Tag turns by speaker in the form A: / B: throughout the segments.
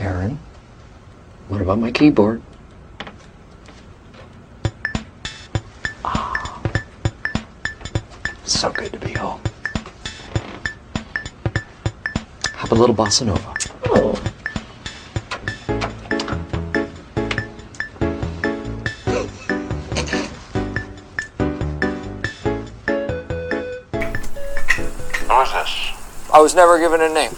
A: Aaron, what about my keyboard? Ah, so good to be home. Have a little bossa nova.
B: Oh.
A: I was never given a name.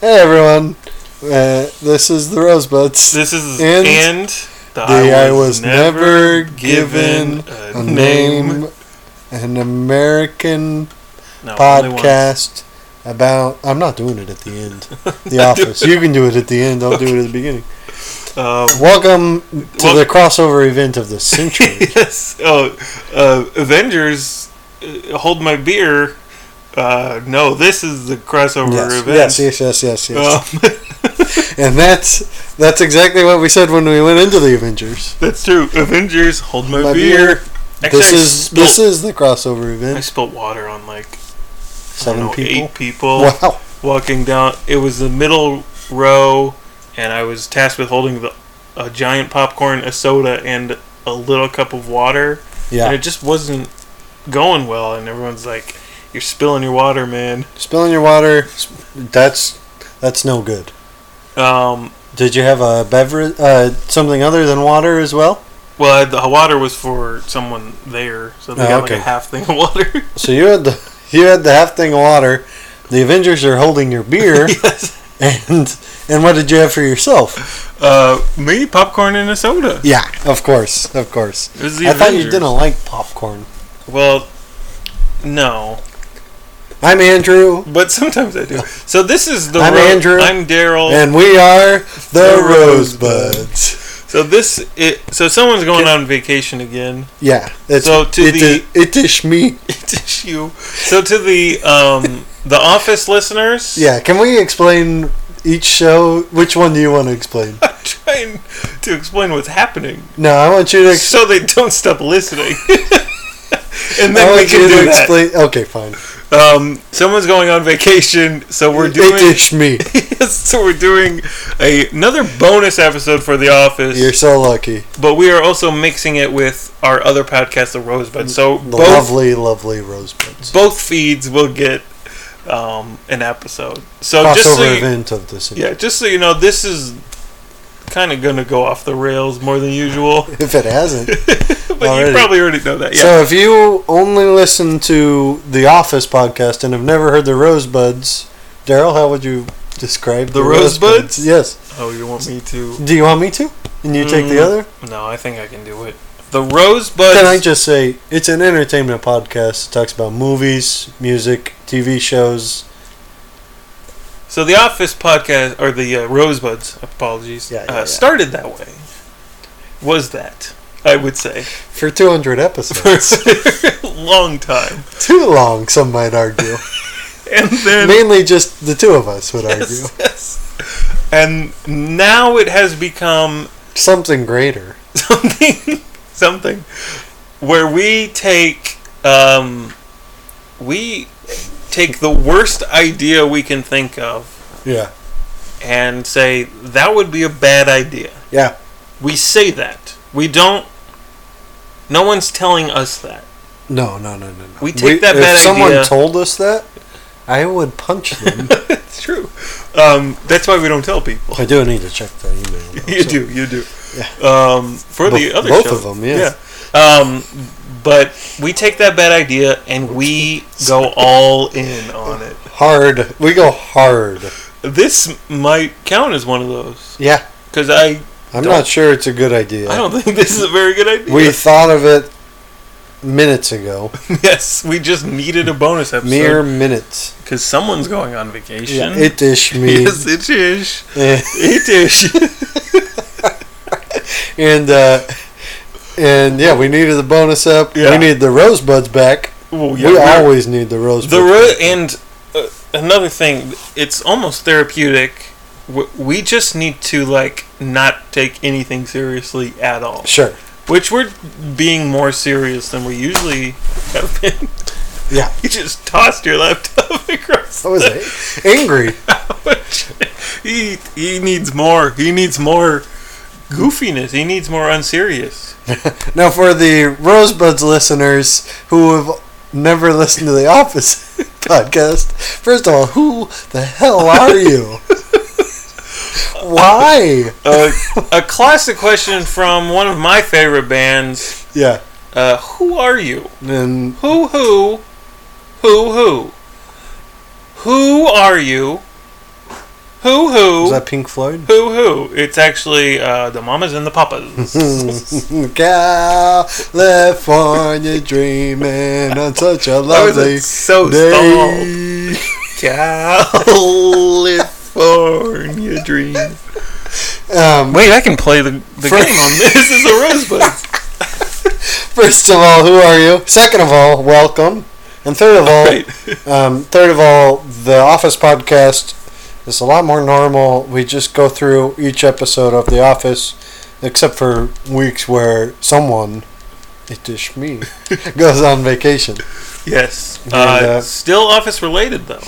C: Hey everyone, uh, this is the Rosebuds.
D: This is
C: And
D: and, and the
C: Day I was never given a name, an American
D: No, only once.
C: podcast about. I'm not doing it at the end. The Office. You can do it at the end. I'll do it at the beginning.
D: Um,
C: Welcome to
D: Wel-
C: the crossover event of the century.
D: yes. Oh, uh, Avengers, uh, hold my beer. Uh, no, this is the crossover
C: yes,
D: event.
C: yes, yes, yes, yes, yes.
D: Um,
C: And that's that's exactly what we said when we went into the Avengers.
D: that's true. Avengers, hold my,
C: My
D: beer.
C: beer.
D: Actually,
C: this
D: I
C: is
D: spilt,
C: this is the crossover
D: I
C: event.
D: spilt water on like I don't
C: Seven
D: know,
C: people.
D: Oh, eight people
C: Wow.
D: walking down. It was the middle row, and I was tasked with holding the a giant popcorn, a soda, and a little cup of water.
C: Yeah.
D: and it just wasn't going well and everyone's like you're spilling your water man
C: Spilling your water, that's that's no good.
D: um
C: Did you have a beverage, uh, something other than water as well?
D: well the water was for someone there so they
C: Oh,
D: got
C: okay.
D: like a half thing of water
C: So you had the you had the half thing of water. The Avengers are holding your beer,
D: yes
C: and and what did you have for yourself?
D: uh me popcorn and a soda
C: Yeah, of course, of course.
D: it was the
C: I thought you
D: Avengers.
C: didn't like popcorn.
D: well no
C: I'm Andrew,
D: but sometimes i do so this is the
C: I'm
D: Ro-
C: Andrew.
D: i'm daryl
C: and we are the
D: Oh. The
C: Rosebuds.
D: so this it so someone's going on vacation again
C: Yeah, it's
D: So to
C: it,
D: the-
C: it is me.
D: it's you so to the um the office listeners
C: Yeah, can we explain each show? Which one do you want to explain?
D: I'm trying to explain what's happening
C: No, I want you to explain.
D: so they don't stop listening. and
C: I
D: then we
C: want you
D: can
C: to
D: do that.
C: explain. Okay, fine.
D: Um, someone's going on vacation, so we're doing
C: dish me.
D: yes, so we're doing a, another bonus episode for The Office,
C: You're so lucky.
D: but we are also mixing it with our other podcast, The Rosebud. So
C: The
D: both
C: lovely, lovely rosebuds.
D: both feeds will get um, an episode. So
C: Crossover
D: just so you,
C: event of this.
D: yeah, just so you know, this is kind of going to go off the rails more than usual.
C: If it hasn't.
D: but
C: Already.
D: you probably already know that. Yeah.
C: So if you only listen to the Office podcast and have never heard the Rosebuds, Daryl, how would you describe
D: The Rosebuds?
C: Yes.
D: oh, you want me to?
C: Do you want me to? And you take the
D: Mm.
C: other?
D: No, I think I can do it. The Rosebud.
C: Can I just say it's an entertainment podcast. It talks about movies, music, TV shows.
D: so the Office podcast or the uh, Rosebuds, apologies,
C: Yeah, yeah,
D: uh,
C: yeah.
D: started that way. Was that? I would say
C: For 200 episodes.
D: long time,
C: Too long, some might argue.
D: and then
C: Mainly just the two of us would argue.
D: yes, yes. and now it has become
C: something greater.
D: something, something where we take um, we take the worst idea we can think of
C: Yeah.
D: and say that would be a bad idea.
C: Yeah.
D: We say that. We don't. No one's telling us that.
C: No, no, no, no, no.
D: We take that bad
C: If someone
D: idea-
C: told us that, I would punch them.
D: it's true. Um, that's why we don't tell people.
C: I do need to check the email. though,
D: You
C: so-
D: do. You do.
C: Yeah.
D: Um, for
C: Bo-
D: the other
C: both
D: show.
C: of them,
D: Yeah.
C: yeah.
D: Um, but we take that bad idea and we go all in on it.
C: Hard. We go hard.
D: This might count as one of those
C: Yeah.
D: because I
C: I'm
D: Don't-
C: not sure it's a good idea.
D: I don't think this is a very good idea.
C: we thought of it minutes ago.
D: yes, we just needed a bonus
C: Mere
D: episode
C: minutes.
D: because someone's going on vacation.
C: It ish me.
D: yes, it is.
C: Eh,
D: It is.
C: and uh and yeah, we needed the bonus up.
D: Yeah.
C: We need the rosebuds back.
D: Well,
C: we
D: we're-
C: always need the rosebuds.
D: the ro-
C: back.
D: and uh, another thing, it's almost therapeutic. W- We just need to like not take anything seriously at all,
C: Sure.
D: which we're being more serious than we usually have been.
C: Yeah.
D: You just tossed your laptop across.
B: I was
D: the
B: a-
C: Angry.
D: couch. he he needs more. He needs more goofiness. He needs more unserious.
C: Now, for the Rosebuds listeners who have never listened to the Office podcast, first of all, who the hell are you? Why?
D: Uh, a classic question from one of my favorite bands.
C: Yeah.
D: Uh, who are you?
C: And
D: Who who who who who are you? Who
C: was
D: who
C: that Pink Floyd?
D: who who? It's actually uh, the mamas and the papas.
C: Mm. California dreaming on such a
D: Why was
C: lovely
D: it so stalled?
C: day.
D: California dream.
C: Um,
D: Wait, I can play the, the
C: For-
D: game on this. This is a rosebud.
C: first of all, who are you? Second of all, welcome. And third of all, Um, third of all, the Office podcast is a lot more normal. We just go through each episode of The Office, except for weeks where someone, it is me, goes on vacation.
D: Yes. Uh,
C: And, uh,
D: still office related though.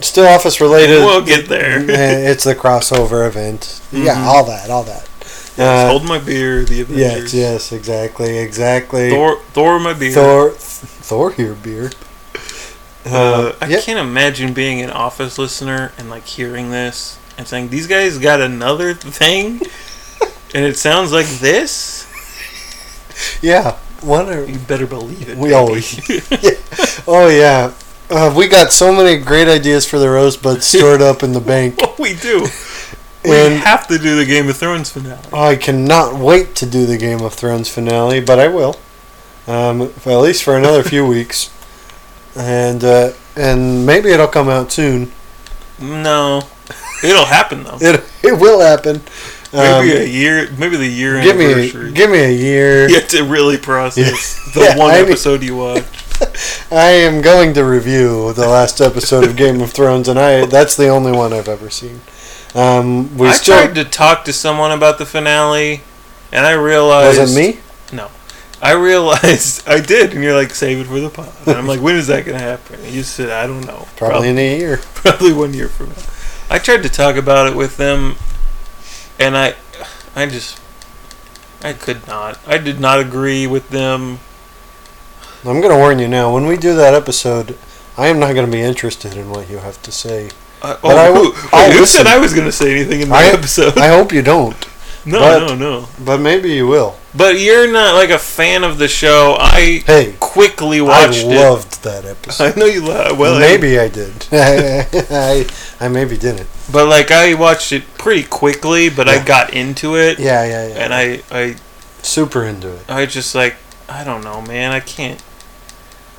C: Still Office related.
D: We'll get there.
C: Eh, it's the crossover event. Yeah,
D: Mhm.
C: all that, all that.
D: Yes,
C: Uh,
D: hold my beer. The Avengers.
C: yes, yes, exactly, exactly.
D: Thor, Thor, my beer.
C: Thor, Thor here, beer. Um,
D: Uh, I
C: yeah.
D: can't imagine being an office listener and like hearing this and saying these guys got another thing, and it sounds like this.
C: Yeah, what are,
D: You better believe it.
C: We
D: baby.
C: always- Oh yeah, uh, we got so many great ideas for the rosebuds stored up in the bank,
D: what we do. We
C: and
D: have to do the Game of Thrones finale.
C: I cannot wait to do the Game of Thrones finale, but I will, um, for- at least for another few weeks, and uh, and maybe it'll come out soon.
D: No, it'll happen though.
C: It it will happen. Um,
D: Maybe a year. Maybe the year
C: give me
D: anniversary.
C: a, give me a year.
D: you have to really process the
C: Yeah,
D: one
C: I mean-
D: episode you watched.
C: I am going to review the last episode of Game of Thrones, and I that's the only one I've ever seen. Um, we
D: I
C: still
D: tried to talk to someone about the finale, and I realized
C: was it me?
D: I realized I did, and you're like, save it for the pod. And I'm like, when is that going to happen? And you said, I don't know.
C: Probably in a year.
D: Prob- probably one year from now. I tried to talk about it with them, and I, I just, I could not. I did not agree with them.
C: I'm going to warn you now. When we do that episode, I am not going to be interested in what you have to say.
D: I,
C: But I
D: oh,
C: w-
D: who,
C: I'll
D: wait, who said
C: listen.
D: I was going to say anything in the
C: I-
D: episode?
C: I hope you don't,
D: no,
C: but-
D: no, no.
C: but maybe you will.
D: But you're not like a fan of the show. I
C: Hey,
D: quickly
C: I
D: watched it.
C: loved that
D: I
C: episode.
D: know you love. Well, I-
C: maybe I did. I, I maybe didn't.
D: but like I watched it pretty quickly, but
C: Yeah.
D: I got into it,
C: Yeah, yeah, yeah.
D: and I, I
C: super into it.
D: I just like I don't know, man. I can't.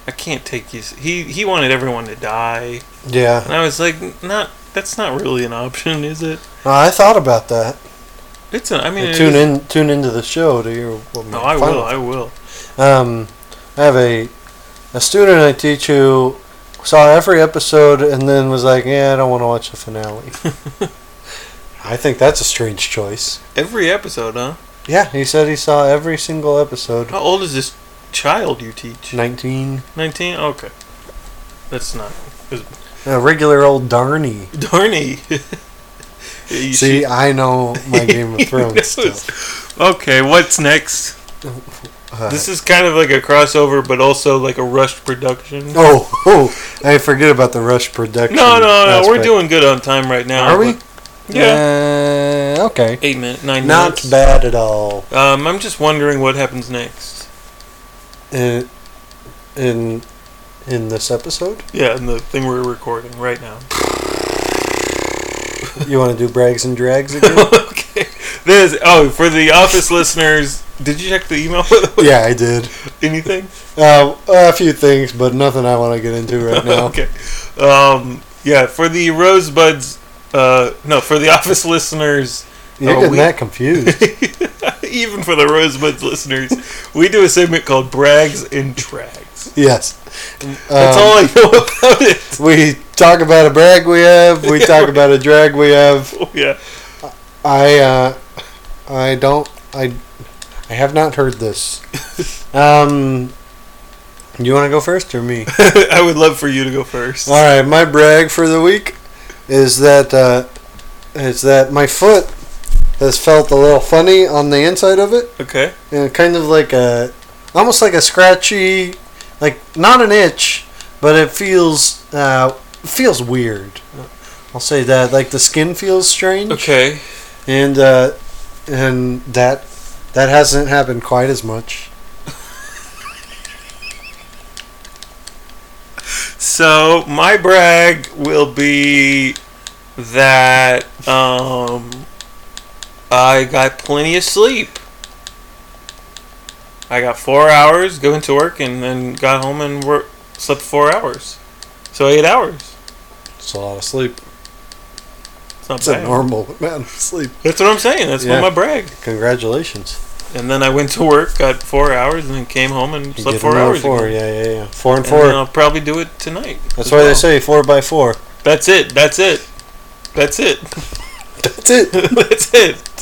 D: I can't take you. He he wanted everyone to die,
C: Yeah,
D: and I was like, not. That's not really an option, is it?
C: No, I thought about that.
D: It's an. I mean, it
C: tune
D: is-
C: in, tune into the show to hear what
D: No,
C: my
D: I
C: final
D: will. I will.
C: Um, I have a a student I teach who saw every episode and then was like, "Yeah, I don't want to watch the finale." I think that's a strange choice.
D: Every episode, huh?
C: Yeah, he said he saw every single episode.
D: How old is this child you teach?
C: Nineteen.
D: Nineteen. Okay, that's not
C: A uh, regular old Darny.
D: Darny. You
C: See, I know my Game of Thrones
D: knows.
C: stuff.
D: Okay, what's next?
C: Uh,
D: This is kind of like a crossover, but also like a rushed production.
C: oh, oh, I forget about the Rush production.
D: No, no, no. We're
C: aspect.
D: doing good on time right now.
C: Are we?
D: but- Yeah.
C: Uh, okay.
D: Eight minutes, nine
C: Not
D: minutes.
C: bad at all.
D: Um, I'm just wondering what happens next.
C: in in in this episode?
D: Yeah, and the thing we're recording right now.
C: You want to do brags and drags again?
D: okay. This. Oh, for the office listeners, did you check the email? by the way?
C: yeah, I did.
D: Anything?
C: Uh, a few things, but nothing I want to get into right now.
D: okay. Um. Yeah, for the rosebuds. Uh, no, for the office listeners,
C: You're
D: Oh,
C: getting
D: we-
C: that confused.
D: even for the rosebuds listeners, we do a segment called brags and trags.
C: yes.
D: That's
C: Um,
D: all I know about it.
C: We talk about a brag we have. We
D: Yeah,
C: talk
D: right.
C: about a drag we have.
D: yeah.
C: I uh, I don't I I have not heard this. Um, You want to go first or me?
D: I would love for you to go first.
C: All right, my brag for the week is that uh, is that my foot has felt a little funny on the inside of it,
D: Okay.
C: and kind of like a, almost like a scratchy, like not an itch, but it feels uh, feels weird. I'll say that like the skin feels strange,
D: Okay.
C: and uh, and that that hasn't happened quite as much.
D: So my brag will be that um, I got plenty of sleep. I got four hours going to work, and then got home and work slept four hours, so eight hours.
C: It's a lot of sleep.
D: It's not
C: It's
D: bad.
C: a normal amount of sleep.
D: That's what I'm saying. That's
C: Yeah.
D: my brag.
C: Congratulations.
D: And then I went to work, got four hours, and then came home and
C: You
D: slept
C: get
D: four
C: another
D: hours.
C: Four,
D: again.
C: yeah, yeah, yeah. Four and
D: And
C: four.
D: then I'll probably do it tonight.
C: That's
D: as
C: why they
D: well.
C: say four by four.
D: That's it. That's it. That's it.
C: That's it.
D: That's it.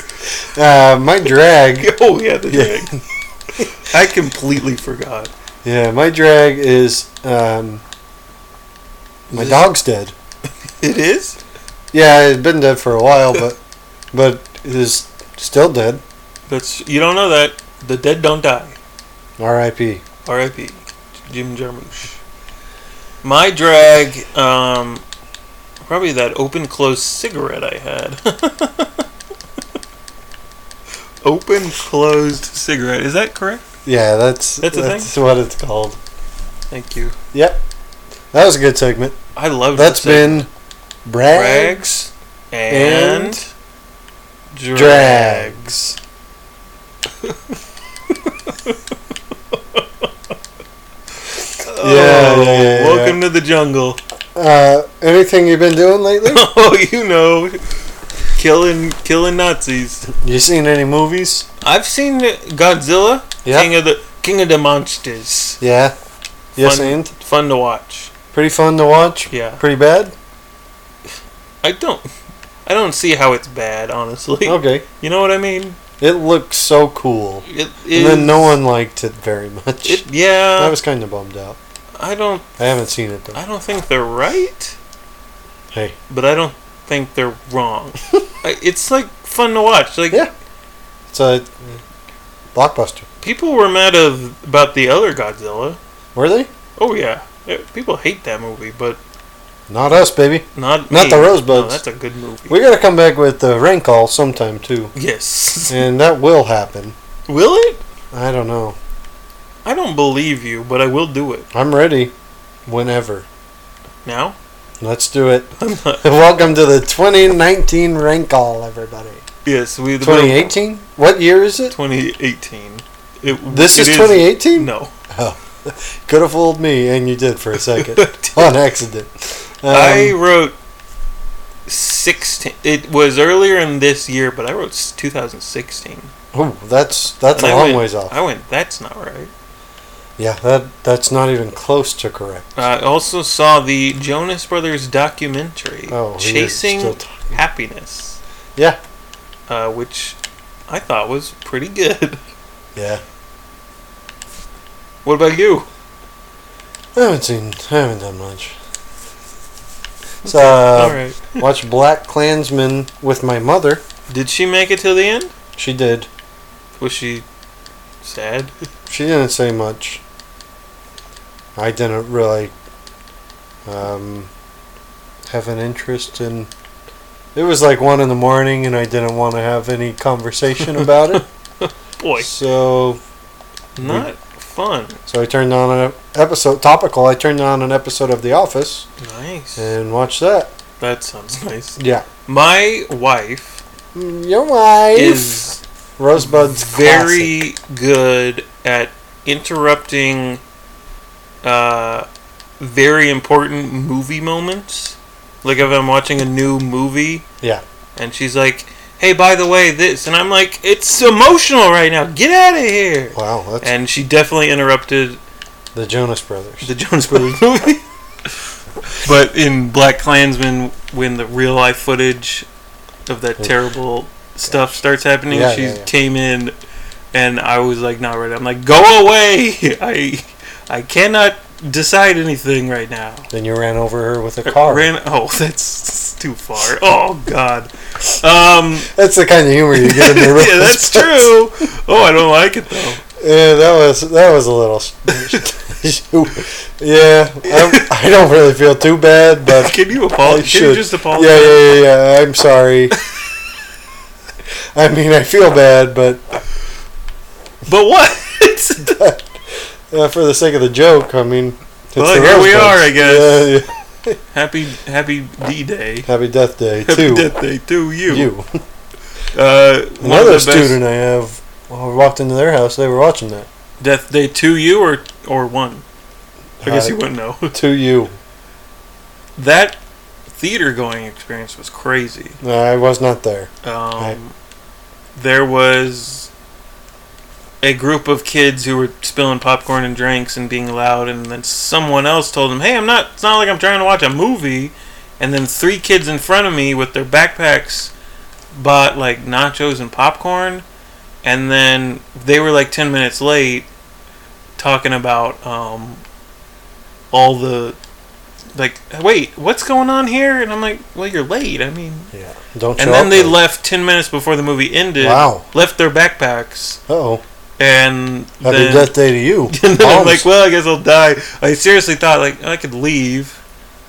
C: Uh, my drag.
D: Oh yeah, the
C: Yeah.
D: drag. I completely forgot.
C: Yeah, my drag is um, my
D: Is this-
C: dog's dead.
D: It is.
C: Yeah, he's been dead for a while, but but is still dead.
D: That's you don't know that the dead don't die.
C: R.I.P.
D: R.I.P. Jim Jarmusch. My drag, um, probably that open close cigarette I had. open closed cigarette. Is that correct?
C: Yeah, that's
D: That's a thing?
C: that's what it's called.
D: Thank you.
C: Yep, that was a good segment.
D: I love
C: That's been brags.
D: Rags and,
C: drags.
D: Oh,
C: Yeah, yeah, yeah,
D: welcome to the jungle.
C: Uh, anything you've been doing lately?
D: oh, you know, killing killing Nazis.
C: you seen any movies?
D: I've seen Godzilla,
C: Yeah.
D: King of the King of the Monsters.
C: Yeah. Yes,
D: Fun-
C: and
D: Fun to watch.
C: pretty fun to watch.
D: Yeah,
C: Pretty bad.
D: I don't, I don't see how it's bad, honestly.
C: Okay.
D: You know what I mean?
C: It looked so cool.
D: It,
C: and then no
D: is-
C: one liked it very much.
D: It, yeah,
C: I was kind of bummed out.
D: I don't,
C: I haven't seen it though.
D: I don't think they're right.
C: Hey.
D: but I don't think they're wrong. I, it's like fun to watch. Like
C: Yeah. It's a uh, blockbuster.
D: people were mad of, about the other Godzilla.
C: Were they?
D: Oh yeah, Yeah, people hate that movie, but
C: Not us, baby.
D: not
C: Not
D: me.
C: the Rosebuds.
D: No, that's a good movie.
C: We gotta come back with the rank call sometime too,
D: yes,
C: and that will happen.
D: will it?
C: I don't know.
D: I don't believe you, but I will do it
C: I'm ready. Whenever.
D: now.
C: Let's do it.
D: I'm not.
C: Welcome to the 2019 rank call, everybody.
D: Yes, we. the-
C: 2018? What year is it?
D: 2018. It,
C: This
D: it
C: is 2018?
D: No,
C: Could have fooled me, and you did for a second on accident. Um,
D: I wrote sixteen. It was earlier in this year, but I wrote s- 2016.
C: Oh, that's that's
D: And
C: a
D: I
C: long
D: went-
C: ways off.
D: I went. That's not right.
C: yeah, that that's not even close to correct.
D: I also saw the Jonas Brothers documentary,
C: Oh, he is still
D: Chasing
C: talking.
D: Happiness,
C: Yeah,
D: uh, which I thought was pretty good.
C: yeah.
D: what about you?
C: I haven't seen. I haven't done much. So uh,
D: All right.
C: watch Black Klansman with my mother.
D: Did she make it till the end?
C: She did.
D: Was she sad?
C: She didn't say much. I didn't really um, have an interest in. It was like one in the morning, and I didn't want to have any conversation about it.
D: Boy,
C: So
D: not fun.
C: So I turned on an episode topical. I turned on an episode of The Office
D: Nice.
C: and watched that.
D: That sounds nice.
C: Yeah,
D: My wife
C: Mm, your wife
D: is
C: Rosebud's
D: very
C: classic.
D: good at interrupting uh, very important movie moments. Like if I'm watching a new movie,
C: Yeah.
D: and she's like, "Hey, by the way, this," and I'm like, "It's emotional right now. Get out of here!"
C: Wow, that's
D: And she definitely interrupted
C: the Jonas Brothers.
D: the Jones Brothers movie. but in Black Klansman, when the real life footage of that
C: Yeah.
D: terrible stuff starts happening,
C: Yeah,
D: she
C: yeah, yeah.
D: came in, and I was like, "Not right." I'm like, "Go away!" I I cannot decide anything right now.
C: Then you ran over her with a car.
D: Ran, oh, that's too far. Oh God. Um,
C: that's the kind of humor you get in the
D: yeah, that's true. Oh, I don't like it though.
C: Yeah, that was that was a little. yeah, I, I don't really feel too bad, but
D: Can you
C: I
D: apologize? Can you
C: should.
D: just
C: yeah,
D: apologize?
C: yeah, yeah, yeah. I'm sorry. I mean, I feel bad, but
D: But what?
C: uh, for the sake of the joke, I mean, it's
D: Well,
C: the
D: here
C: Rose
D: we
C: Buds.
D: are, I guess.
C: Yeah, yeah.
D: happy Happy D Day.
C: Happy Death Day
D: Happy
C: to
D: Death Day to you.
C: you.
D: Uh, one of the
C: Another
D: best
C: student I have. Well, we walked into their house. They were watching that.
D: Death Day to you or or one. I guess you
C: Uh,
D: wouldn't know.
C: To you,
D: that theater going experience was crazy.
C: no, I was not there.
D: Um,
C: Right.
D: There was a group of kids who were spilling popcorn and drinks and being loud, and then someone else told them, "Hey, I'm not. It's not like I'm trying to watch a movie." And then three kids in front of me with their backpacks bought like nachos and popcorn, and then they were like ten minutes late, talking about um, all the like, wait, what's going on here? And I'm like, well, you're late. I mean,
C: Yeah, don't.
D: and
C: show
D: then
C: up
D: they
C: late.
D: left 10 minutes before the movie ended.
C: Wow.
D: Left their backpacks.
C: Uh-oh.
D: And
C: Happy
D: then,
C: Death Day to you.
D: and then I'm
C: Bombs.
D: like, well, I guess I'll die. I seriously thought, like, I could leave.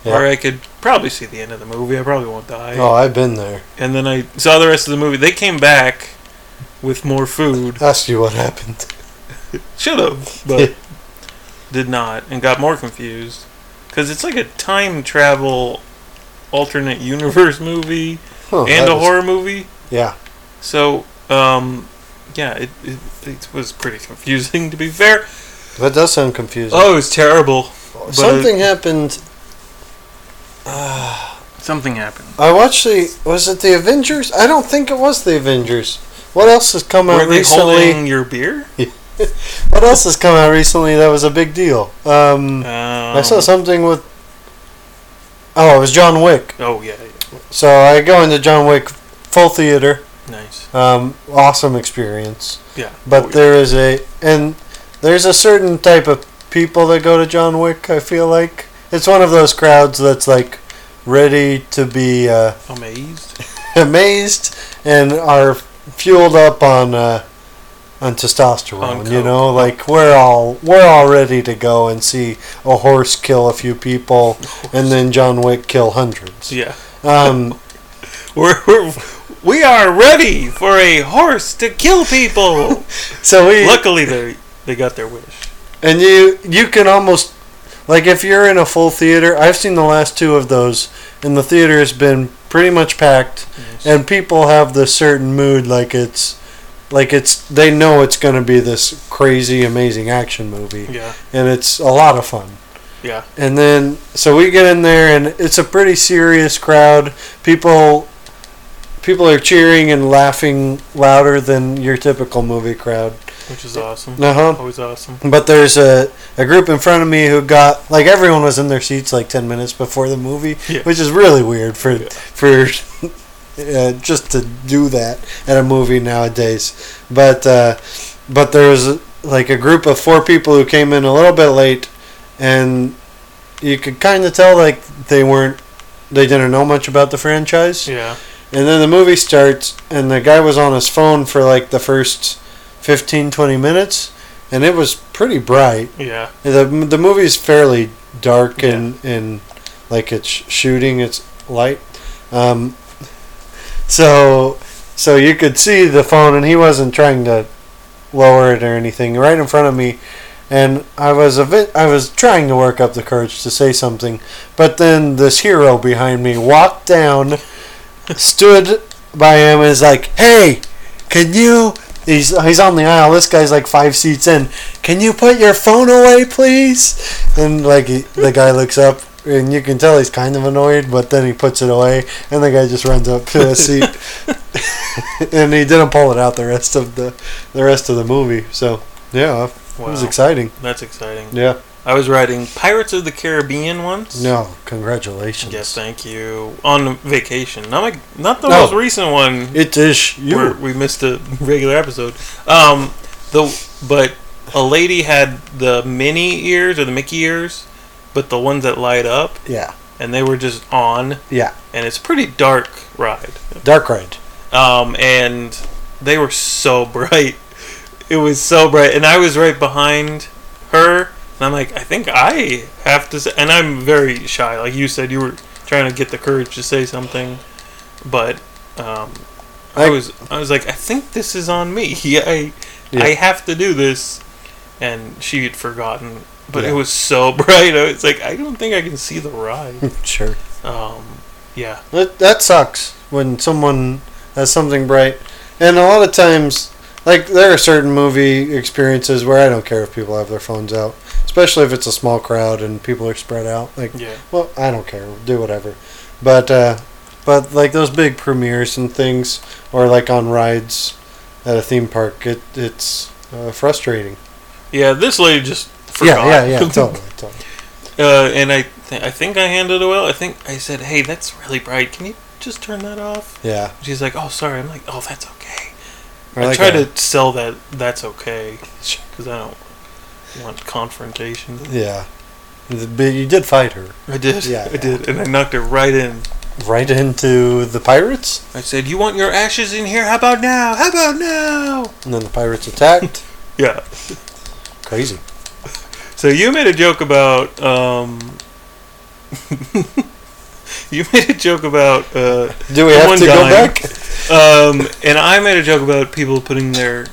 C: Yeah.
D: Or I could probably see the end of the movie. I probably won't die.
C: oh, I've been there.
D: And then I saw the rest of the movie. They came back with more food.
C: Asked you what happened.
D: Should have, but did not. And got more confused. Because it's like a time travel alternate universe movie
C: Huh,
D: and
C: Oh, that
D: a
C: was-
D: horror movie.
C: Yeah.
D: So, um, yeah, it, it, it was pretty confusing to be fair.
C: That does sound confusing.
D: Oh, it was terrible. but-
C: Something happened.
D: Something happened.
C: I watched the. Was it the Avengers? I don't think it was the Avengers. What else has come
D: Were
C: out
D: they
C: recently?
D: holding your beer?
C: What else has come out recently that was a big deal?
D: Um,
C: Um, I saw something with. Oh, it was John Wick.
D: Oh yeah, yeah,
C: So I go into John Wick full theater.
D: nice.
C: Um, awesome experience.
D: Yeah,
C: But
D: Oh, yeah.
C: there is a and there's a certain type of people that go to John Wick. I feel like it's one of those crowds that's like ready to be uh,
D: amazed.
C: amazed and are fueled up on uh, on
D: On
C: testosterone. you
D: coke.
C: know, like we're all we're all ready to go and see a horse kill a few people, and then John Wick kill hundreds.
D: Yeah,
C: Um,
D: we're, we're we are ready for a horse to kill people.
C: so we
D: Luckily, they they got their wish.
C: And you you can almost like if you're in a full theater. I've seen the last two of those, and the theater has been pretty much packed,
D: Nice.
C: and people have this certain mood, like it's like it's they know it's going to be this crazy, amazing action movie,
D: Yeah,
C: and it's a lot of fun.
D: yeah.
C: And then so we get in there, and it's a pretty serious crowd. People. People are cheering and laughing louder than your typical movie crowd.
D: Which is awesome.
C: Uh huh.
D: Always awesome.
C: But there's a, a group in front of me who got like everyone was in their seats like ten minutes before the movie,
D: Yeah.
C: which is really weird for
D: Yeah.
C: for uh, just to do that at a movie nowadays. But uh, but there was like a group of four people who came in a little bit late, and you could kind of tell like they weren't they didn't know much about the franchise.
D: Yeah.
C: And then the movie starts, and the guy was on his phone for like the first 15, 20 minutes, and it was pretty bright.
D: Yeah.
C: The, the movie's fairly dark and, and like it's shooting its light. Um, so so you could see the phone, and he wasn't trying to lower it or anything right in front of me. And I was a bit, I was trying to work up the courage to say something, but then this hero behind me walked down, stood by him, and is like, "Hey, can you?" He's he's on the aisle. This guy's like five seats in. Can you put your phone away, please? And like he, the guy looks up, and you can tell he's kind of annoyed, but then he puts it away, and the guy just runs up to his seat, and he didn't pull it out the rest of the the rest of the movie. So yeah, it was
D: Wow.
C: exciting.
D: That's exciting.
C: Yeah.
D: I was riding Pirates of the Caribbean once.
C: No, congratulations.
D: Yes, thank you. On vacation, not like not the
C: No.
D: most recent one
C: It is you.
D: where we missed a regular episode. Um, the but a lady had the mini ears or the Mickey ears, but the ones that light up,
C: Yeah.
D: and they were just on.
C: Yeah.
D: And it's a pretty dark ride.
C: Dark Ride.
D: Um, and they were so bright. It was so bright, and I was right behind her, and I'm like, I think I have to. Say, and I'm very shy. Like you said, you were trying to get the courage to say something, but um, I
C: I-
D: was I was like, I think this is on me. I
C: Yeah.
D: I have to do this, and she had forgotten. But
C: Yeah.
D: it was so bright. I was like, I don't think I can see the ride.
C: sure.
D: um, yeah,
C: That, that sucks when someone has something bright. And a lot of times, like, there are certain movie experiences where I don't care if people have their phones out, especially if it's a small crowd and people are spread out. Like,
D: yeah,
C: well, I don't care, do whatever. But, uh, but like those big premieres and things, or like on rides at a theme park, it, it's uh, frustrating.
D: yeah. This lady just forgot.
C: Yeah, yeah, yeah, totally, totally.
D: Uh, and I, th- I think I handled it well. I think I said, "Hey, that's really bright. Can you just turn that off?"
C: Yeah.
D: She's like, "Oh, sorry." I'm like, "Oh, that's okay."
C: Or
D: I
C: like uh,
D: try
C: a-
D: to sell that that's okay because I don't want confrontation.
C: Yeah. But you did fight her.
D: I did.
C: Yeah,
D: I
C: yeah.
D: did, and I knocked her right in.
C: Right into the pirates?
D: I said, "You want your ashes in here? How about now? How about now?"
C: And then the pirates attacked.
D: Yeah.
C: Crazy.
D: So you made a joke about um. you made a joke about uh.
C: Do we
D: The
C: have
D: one
C: to go
D: guy-
C: back?
D: Um, and I made a joke about people putting their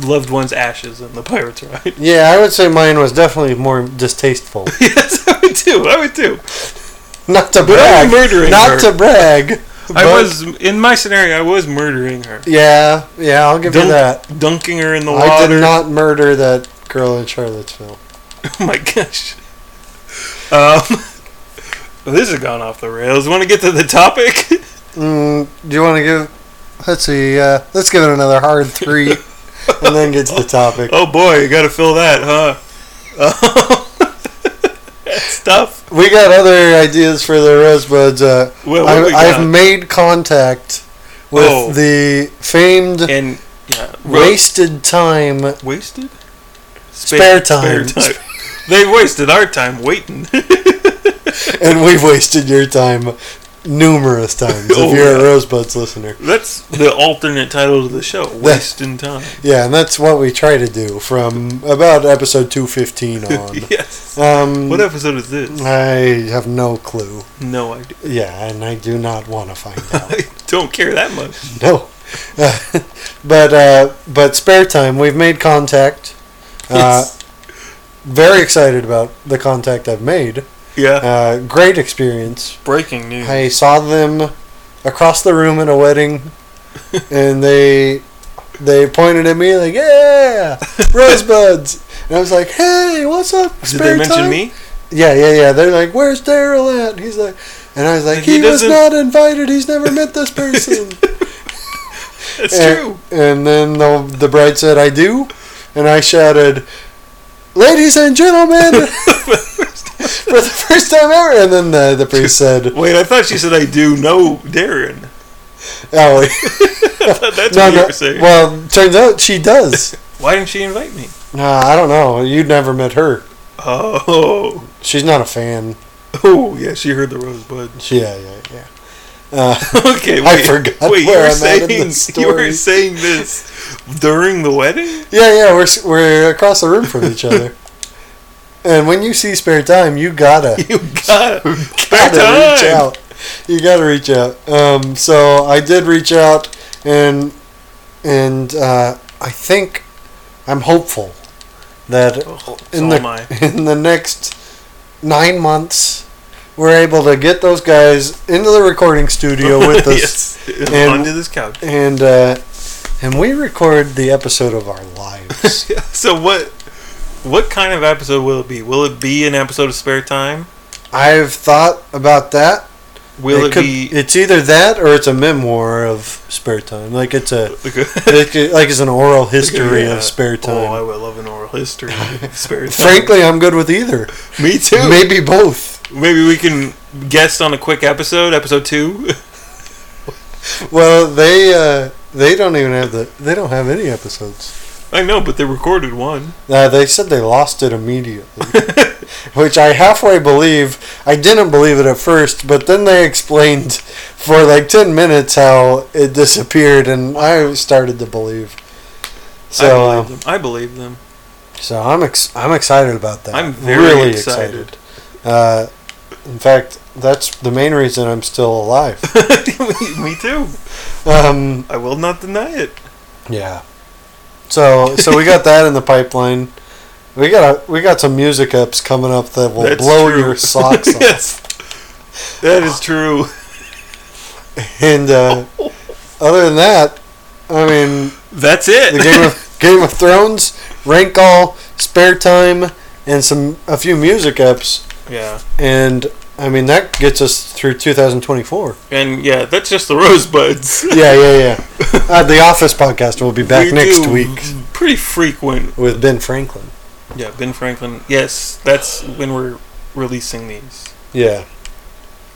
D: loved ones' ashes in the pirates' ride.
C: Yeah, I would say mine was definitely more distasteful.
D: yes, I would too. I would too.
C: Not to
D: But I'm
C: brag.
D: murdering
C: not
D: her.
C: to brag.
D: I
C: but-
D: was in my scenario. I was murdering her,
C: Yeah, yeah, I'll give
D: Dunk-
C: you that.
D: dunking her in the water.
C: I did not murder that girl in Charlottesville.
D: Oh my gosh. Um, this has gone off the rails. Want to get to the topic?
C: Mm, do you want to give? Let's see. Uh, let's give it another hard three, and then get to the topic.
D: oh boy, you got to fill that, huh? Stuff.
C: We got other ideas for the Rosebuds. Uh,
D: Well, what
C: I,
D: we got?
C: I've made contact with
D: Oh.
C: the famed
D: and yeah, ro-
C: wasted time
D: wasted
C: Spare time.
D: Spare time. they wasted our time waiting.
C: and we've wasted your time numerous times
D: Oh,
C: if you're
D: yeah.
C: a Rosebuds listener.
D: That's the alternate title of the show, wasting time.
C: Yeah, and that's what we try to do from about episode 215 on.
D: yes.
C: Um,
D: What episode is this?
C: I have no clue.
D: No idea.
C: Yeah, and I do not want to find out.
D: I don't care that much.
C: no. but uh, but spare time, we've made contact. Uh,
D: It's-
C: very excited about the contact I've made.
D: yeah.
C: Uh, great experience.
D: Breaking news.
C: I saw them across the room at a wedding, and they they pointed at me like, "Yeah, rosebuds," and I was like, "Hey, what's up?"
D: Did they mention
C: time?"
D: me?
C: Yeah, yeah, yeah. They're like, "Where's Daryl at?" He's like, and I was like,
D: And
C: "He,
D: he
C: was
D: doesn't-
C: not invited. He's never met this person."
D: That's
C: and,
D: true.
C: And then the the bride said, "I do," and I shouted, "Ladies and gentlemen." For the first time ever, and then the, the priest said,
D: Wait, I thought she said I do know Darren.
C: "Oh,
D: I thought that's
C: no,
D: what you
C: no.
D: were saying.
C: Well, turns out she does.
D: Why didn't she invite me?
C: no, I don't know. You'd never met her.
D: Oh.
C: She's not a fan.
D: Oh, yeah, she heard the rosebud.
C: She, yeah, yeah, yeah. Uh,
D: Okay,
C: I
D: wait.
C: forgot
D: wait,
C: where
D: you were
C: I'm at in
D: saying,
C: the
D: You were
C: story.
D: saying this during the wedding?
C: yeah, yeah. We're s- we're across the room from each other. And when you see spare time, you gotta,
D: You gotta,
C: gotta
D: gotta
C: reach out. You gotta reach out. Um, so I did reach out, and and uh, I think I'm hopeful that
D: Oh, so
C: in
D: am I.
C: the in the next nine months, we're able to get those guys into the recording studio with
D: yes.
C: us,
D: And
C: and-
D: onto this couch.
C: and uh, and we record the episode of our lives.
D: So what? What kind of episode will it be? Will it be an episode of Spare Time?
C: I've thought about that.
D: Will it,
C: could-
D: be
C: It's either that or it's a memoir of spare time. Like it's a
D: like a-
C: like it- like it's an oral history
D: yeah.
C: of spare
D: Oh, I
C: time.
D: would love an oral history of Spare Time.
C: Frankly, I'm good with either.
D: me too.
C: Maybe both.
D: Maybe we can guest on a quick episode, episode two.
C: Well, they uh, they don't even have the they don't have any episodes.
D: I know, but they recorded one.
C: Uh, they said they lost it immediately, which I halfway believe. I didn't believe it at first, but then they explained for like 10 minutes how it disappeared, and I started to believe.
D: I
C: So, uh,
D: believe them. I believe them.
C: so I'm ex- I'm excited about that.
D: I'm very excited.
C: excited. Uh, in fact, that's the main reason I'm still alive.
D: me, me too.
C: Um,
D: I will not deny it.
C: yeah. So so we got that in the pipeline. We got a, we got some music ups coming up that will
D: That's
C: blow
D: true.
C: your socks off.
D: yes. That is true.
C: And uh, other than that, I mean,
D: That's it.
C: the Game of Game of Thrones, rank all, spare time, and some a few music ups,
D: yeah.
C: and I mean that gets us through 2024.
D: And yeah, that's just the rosebuds.
C: Yeah, yeah, yeah. Uh, the Office podcast will be back
D: We
C: next
D: do
C: week
D: Pretty frequent.
C: with Ben Franklin.
D: Yeah, Ben Franklin. Yes, that's when we're releasing these.
C: Yeah,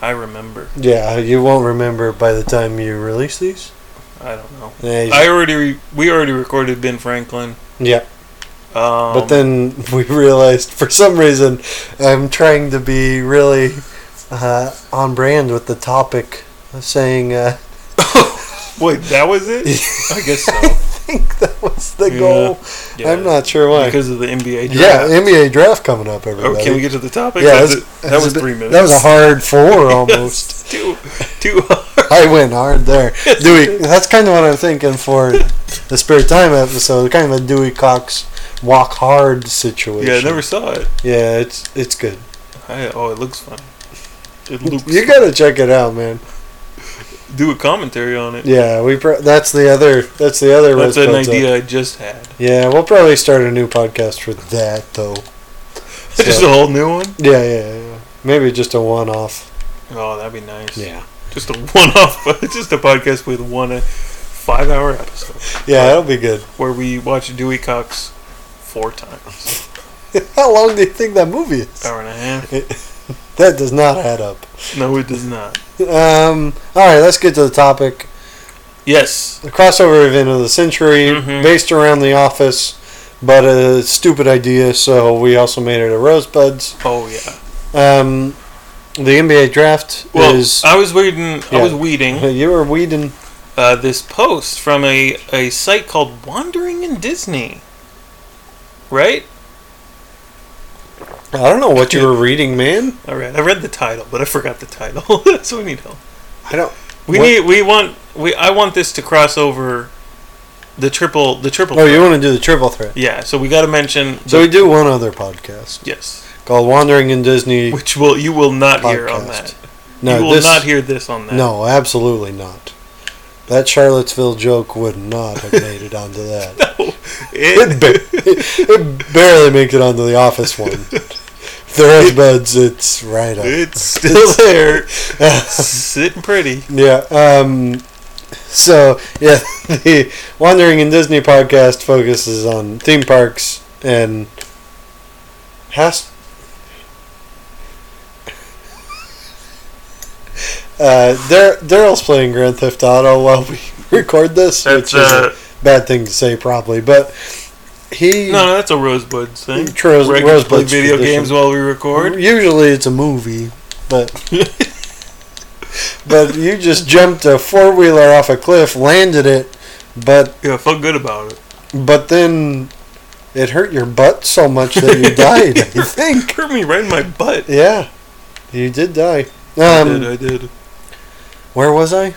D: I remember.
C: yeah. You won't remember by the time you release these.
D: I don't know.
C: Yeah, you-
D: I already re- we already recorded Ben Franklin.
C: yeah.
D: Um,
C: But then we realized for some reason I'm trying to be really uh, on brand with the topic, saying uh,
D: wait, that was it. I guess
C: I
D: so.
C: think that was the
D: Yeah.
C: goal.
D: Yeah.
C: I'm not sure why.
D: because of the NBA. Draft.
C: yeah, NBA draft coming up,
D: Oh,
C: everybody.
D: can we get to the topic?
C: Yeah,
D: That's
C: that's-
D: it. that
C: that's
D: was
C: a bit-
D: three minutes.
C: That was a hard four almost.
D: too too hard.
C: I went hard there. Dewey, that's kind of what I'm thinking for the spare time episode. Kind of a Dewey Cox walk hard situation.
D: Yeah, I never saw it.
C: Yeah, it's it's good.
D: I, oh, it looks fun. It looks.
C: You gotta check it out, man.
D: do a commentary on it.
C: Yeah, we. Pro- that's the other. That's the other.
D: That's
C: Red
D: an
C: Buds up.
D: idea I just had.
C: Yeah, we'll probably start a new podcast for that though.
D: Just a whole new one.
C: Yeah, yeah, yeah. Maybe just a one-off.
D: Oh, that'd be nice. Just a one-off. just a podcast with one uh, five-hour episode
C: yeah, that'll be good.
D: where we watch Dewey Cox four times,
C: How long do you think that movie is?
D: hour and a half.
C: That does not add up.
D: No, it does not.
C: Um. All right, let's get to the topic.
D: Yes.
C: The crossover event of the century,
D: Mhm.
C: based around The Office, but a stupid idea. So we also made it a Rosebuds.
D: Oh yeah.
C: Um, the NBA draft
D: Well,
C: is.
D: I was reading. I
C: Yeah.
D: was weeding.
C: you were weeding.
D: uh, this post from a, a site called Wandering in Disney. Right?
C: I don't know what you were reading, man.
D: All right. I read the title, but I forgot the title, so we need help.
C: I don't.
D: We
C: What-
D: need. We want. We. I want this to cross over the triple. The triple.
C: Oh,
D: threat.
C: you want to do the triple threat?
D: Yeah. So we got to mention.
C: So
D: the-
C: we do one other podcast
D: yes,
C: called "Wandering in Disney."
D: which will you will not hear on
C: Podcast.
D: that.
C: No,
D: you will
C: this,
D: not hear this on that.
C: no, absolutely not. That Charlottesville joke would not have made it onto that. It,
D: It-
C: ba- it barely makes it onto the office one. The rest buds, it's right up.
D: it's still there, sitting pretty.
C: yeah. Um, so yeah, the Wandering in Disney podcast focuses on theme parks and has. Uh, Dar- Daryl's playing Grand Theft Auto while we record this,
D: That's
C: which is
D: uh,
C: a bad thing to say, probably. But he
D: no, no, that's a Rosebuds thing.
C: Rose-
D: We're gonna play
C: Rosebuds
D: video
C: tradition.
D: games while we record.
C: Usually it's a movie, but but you just jumped a four wheeler off a cliff, landed it, but
D: Yeah, felt good about it.
C: but then it hurt your butt so much that you died. I think.
D: Hurt me right in my butt.
C: Yeah, you did die.
D: I
C: Um,
D: did. I did.
C: where was I?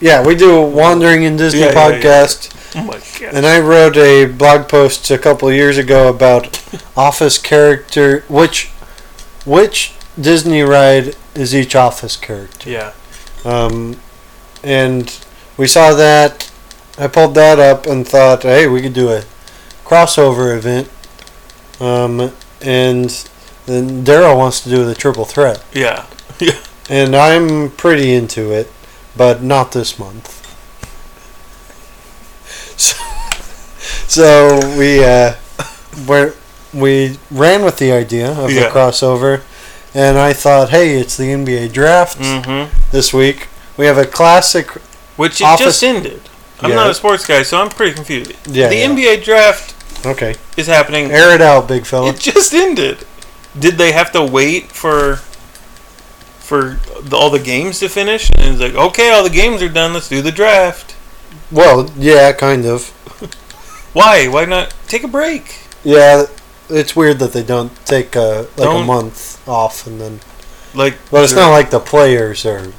C: yeah, we do a wandering in Disney
D: Yeah, yeah, yeah.
C: podcast.
D: Oh my god.
C: And I wrote a blog post a couple of years ago about office character which which Disney ride is each office character.
D: yeah.
C: Um, and we saw that I pulled that up and thought, hey, we could do a crossover event. Um, and then Daryl wants to do the triple threat,
D: Yeah.
C: and I'm pretty into it, but not this month. So, so we uh, we're, we ran with the idea of the
D: Yeah.
C: crossover, and I thought, hey, it's the NBA draft
D: Mm-hmm.
C: this week. We have a classic.
D: Which it
C: Office-
D: just ended. I'm
C: Yeah.
D: not a sports guy, so I'm pretty confused.
C: Yeah,
D: the
C: yeah.
D: NBA draft
C: Okay.
D: is happening.
C: Air Mm-hmm. it out, big fella.
D: It just ended. Did they have to wait for for the, all the games to finish? And it's like, okay, all the games are done. Let's do the draft.
C: Well, yeah, kind of.
D: Why? Why not take a break?
C: Yeah, it's weird that they don't take uh, like a
D: Don't-
C: month off and then.
D: Like,
C: But it's
D: they're-
C: not like the players are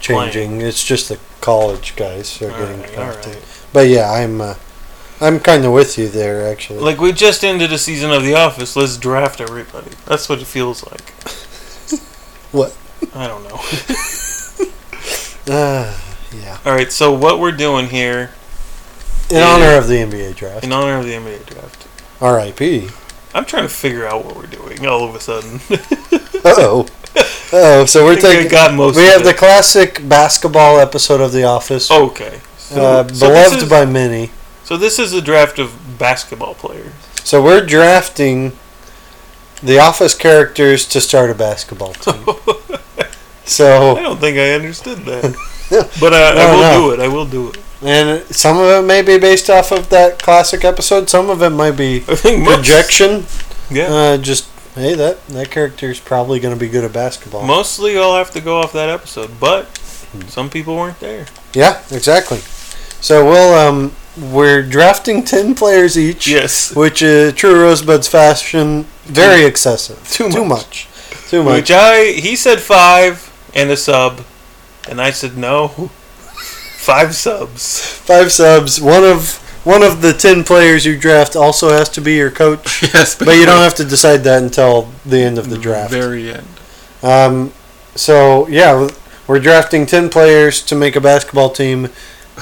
C: changing. It's just the college guys are
D: All
C: getting
D: right, all
C: drafted.
D: right.
C: But yeah, I'm uh, I'm kind of with you there actually.
D: Like we just ended a season of The Office. Let's draft everybody. That's what it feels like.
C: What?
D: I don't know.
C: Uh, yeah.
D: All right. So what we're doing here
C: In
D: Yeah.
C: honor of the NBA draft.
D: in honor of the NBA draft?
C: R.I.P.
D: I'm trying to figure out what we're doing all of a sudden.
C: Uh oh. Oh, so we're
D: I think I
C: taking.
D: got most
C: we
D: of
C: have
D: it.
C: the classic basketball episode of The Office,
D: Okay. So,
C: uh,
D: so
C: beloved
D: this is,
C: by many.
D: So this is a draft of basketball players.
C: So we're drafting The Office characters to start a basketball team.
D: I
C: so,
D: don't think I understood that. but uh, I
C: Oh. No,
D: will
C: no.
D: do it. I will do it.
C: and some of it may be based off of that classic episode. Some of it might be
D: I think most,
C: projection.
D: Yeah.
C: Uh, just hey, that that character's probably going to be good at basketball.
D: mostly I'll have to go off that episode, but
C: Hmm.
D: some people weren't there.
C: yeah, exactly. So we'll um, we're drafting ten players each.
D: Yes.
C: which is true Rosebud's fashion very excessive.
D: Too
C: Too much.
D: much.
C: Too much.
D: Which I he said five and a sub, and I said no. Five subs.
C: Five subs. One of one of the ten players you draft also has to be your coach,
D: Yes,
C: but you don't have to decide that until the end of the draft.
D: Very end.
C: Um, so yeah, we're drafting ten players to make a basketball team,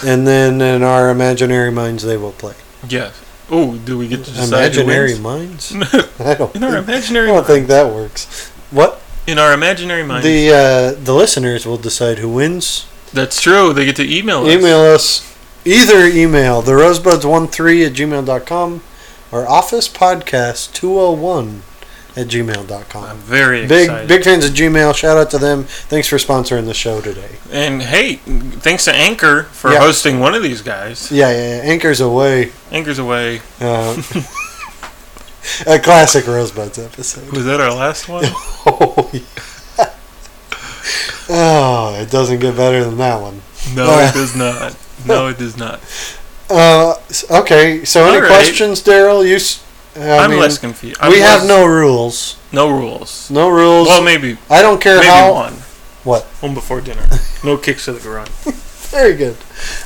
C: and then in our imaginary minds they will play.
D: Yes. Oh, do we get to
C: Imaginary minds? I don't.
D: in our
C: think- I
D: imaginary
C: don't think that works. What
D: in our imaginary mind.
C: the uh, the listeners will decide who wins.
D: That's true. They get to email us.
C: email us either email the rosebuds13 at gmail.com or officepodcast201 at
D: I'm
C: gmail.com
D: very
C: big
D: excited.
C: big fans of gmail shout out to them thanks for sponsoring the show today
D: And hey, thanks to Anchor for
C: Yeah.
D: hosting one of these guys.
C: yeah yeah, yeah. anchors away
D: Anchor's away.
C: uh, a classic rosebuds episode
D: Was that our last one?
C: oh, yeah. oh it doesn't get better than that one Oh,
D: No, it does not. No, it does not.
C: uh, s- okay so any
D: All right.
C: questions daryl you s- I
D: I'm
C: mean,
D: less confused. I'm
C: we have
D: less-
C: no rules
D: no rules.
C: No rules.
D: Well, maybe
C: I don't care
D: maybe
C: how.
D: one.
C: What?
D: One before dinner. No kicks to the groin.
C: Very good.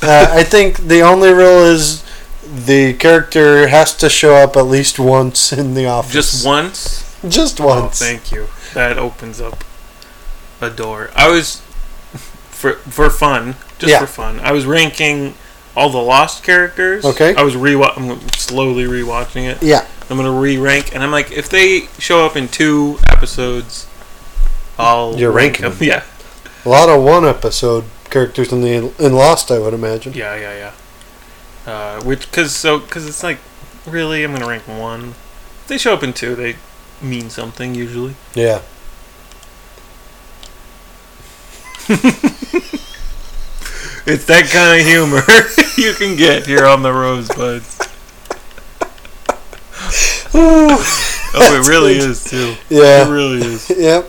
C: Uh, I think the only rule is the character has to show up at least once in the office.
D: Just once.
C: Just
D: Oh,
C: once.
D: thank you. That opens up a door. I was for for fun, just
C: Yeah.
D: for fun. I was ranking all the lost characters.
C: Okay.
D: I was rewatch. I'm slowly rewatching it.
C: yeah.
D: I'm gonna re-rank, and I'm like, if they show up in two episodes, I'll
C: You're
D: rank
C: ranking
D: Yeah,
C: A lot of one episode characters in the in Lost, I would imagine.
D: yeah, yeah, yeah. Uh, which, cause so, cause it's like, really, I'm gonna rank one. If they show up in two, they mean something usually.
C: Yeah.
D: It's that kind of humor you can get here on the Rosebuds. Oh, it really is too. It
C: yeah.
D: really is.
C: Yep.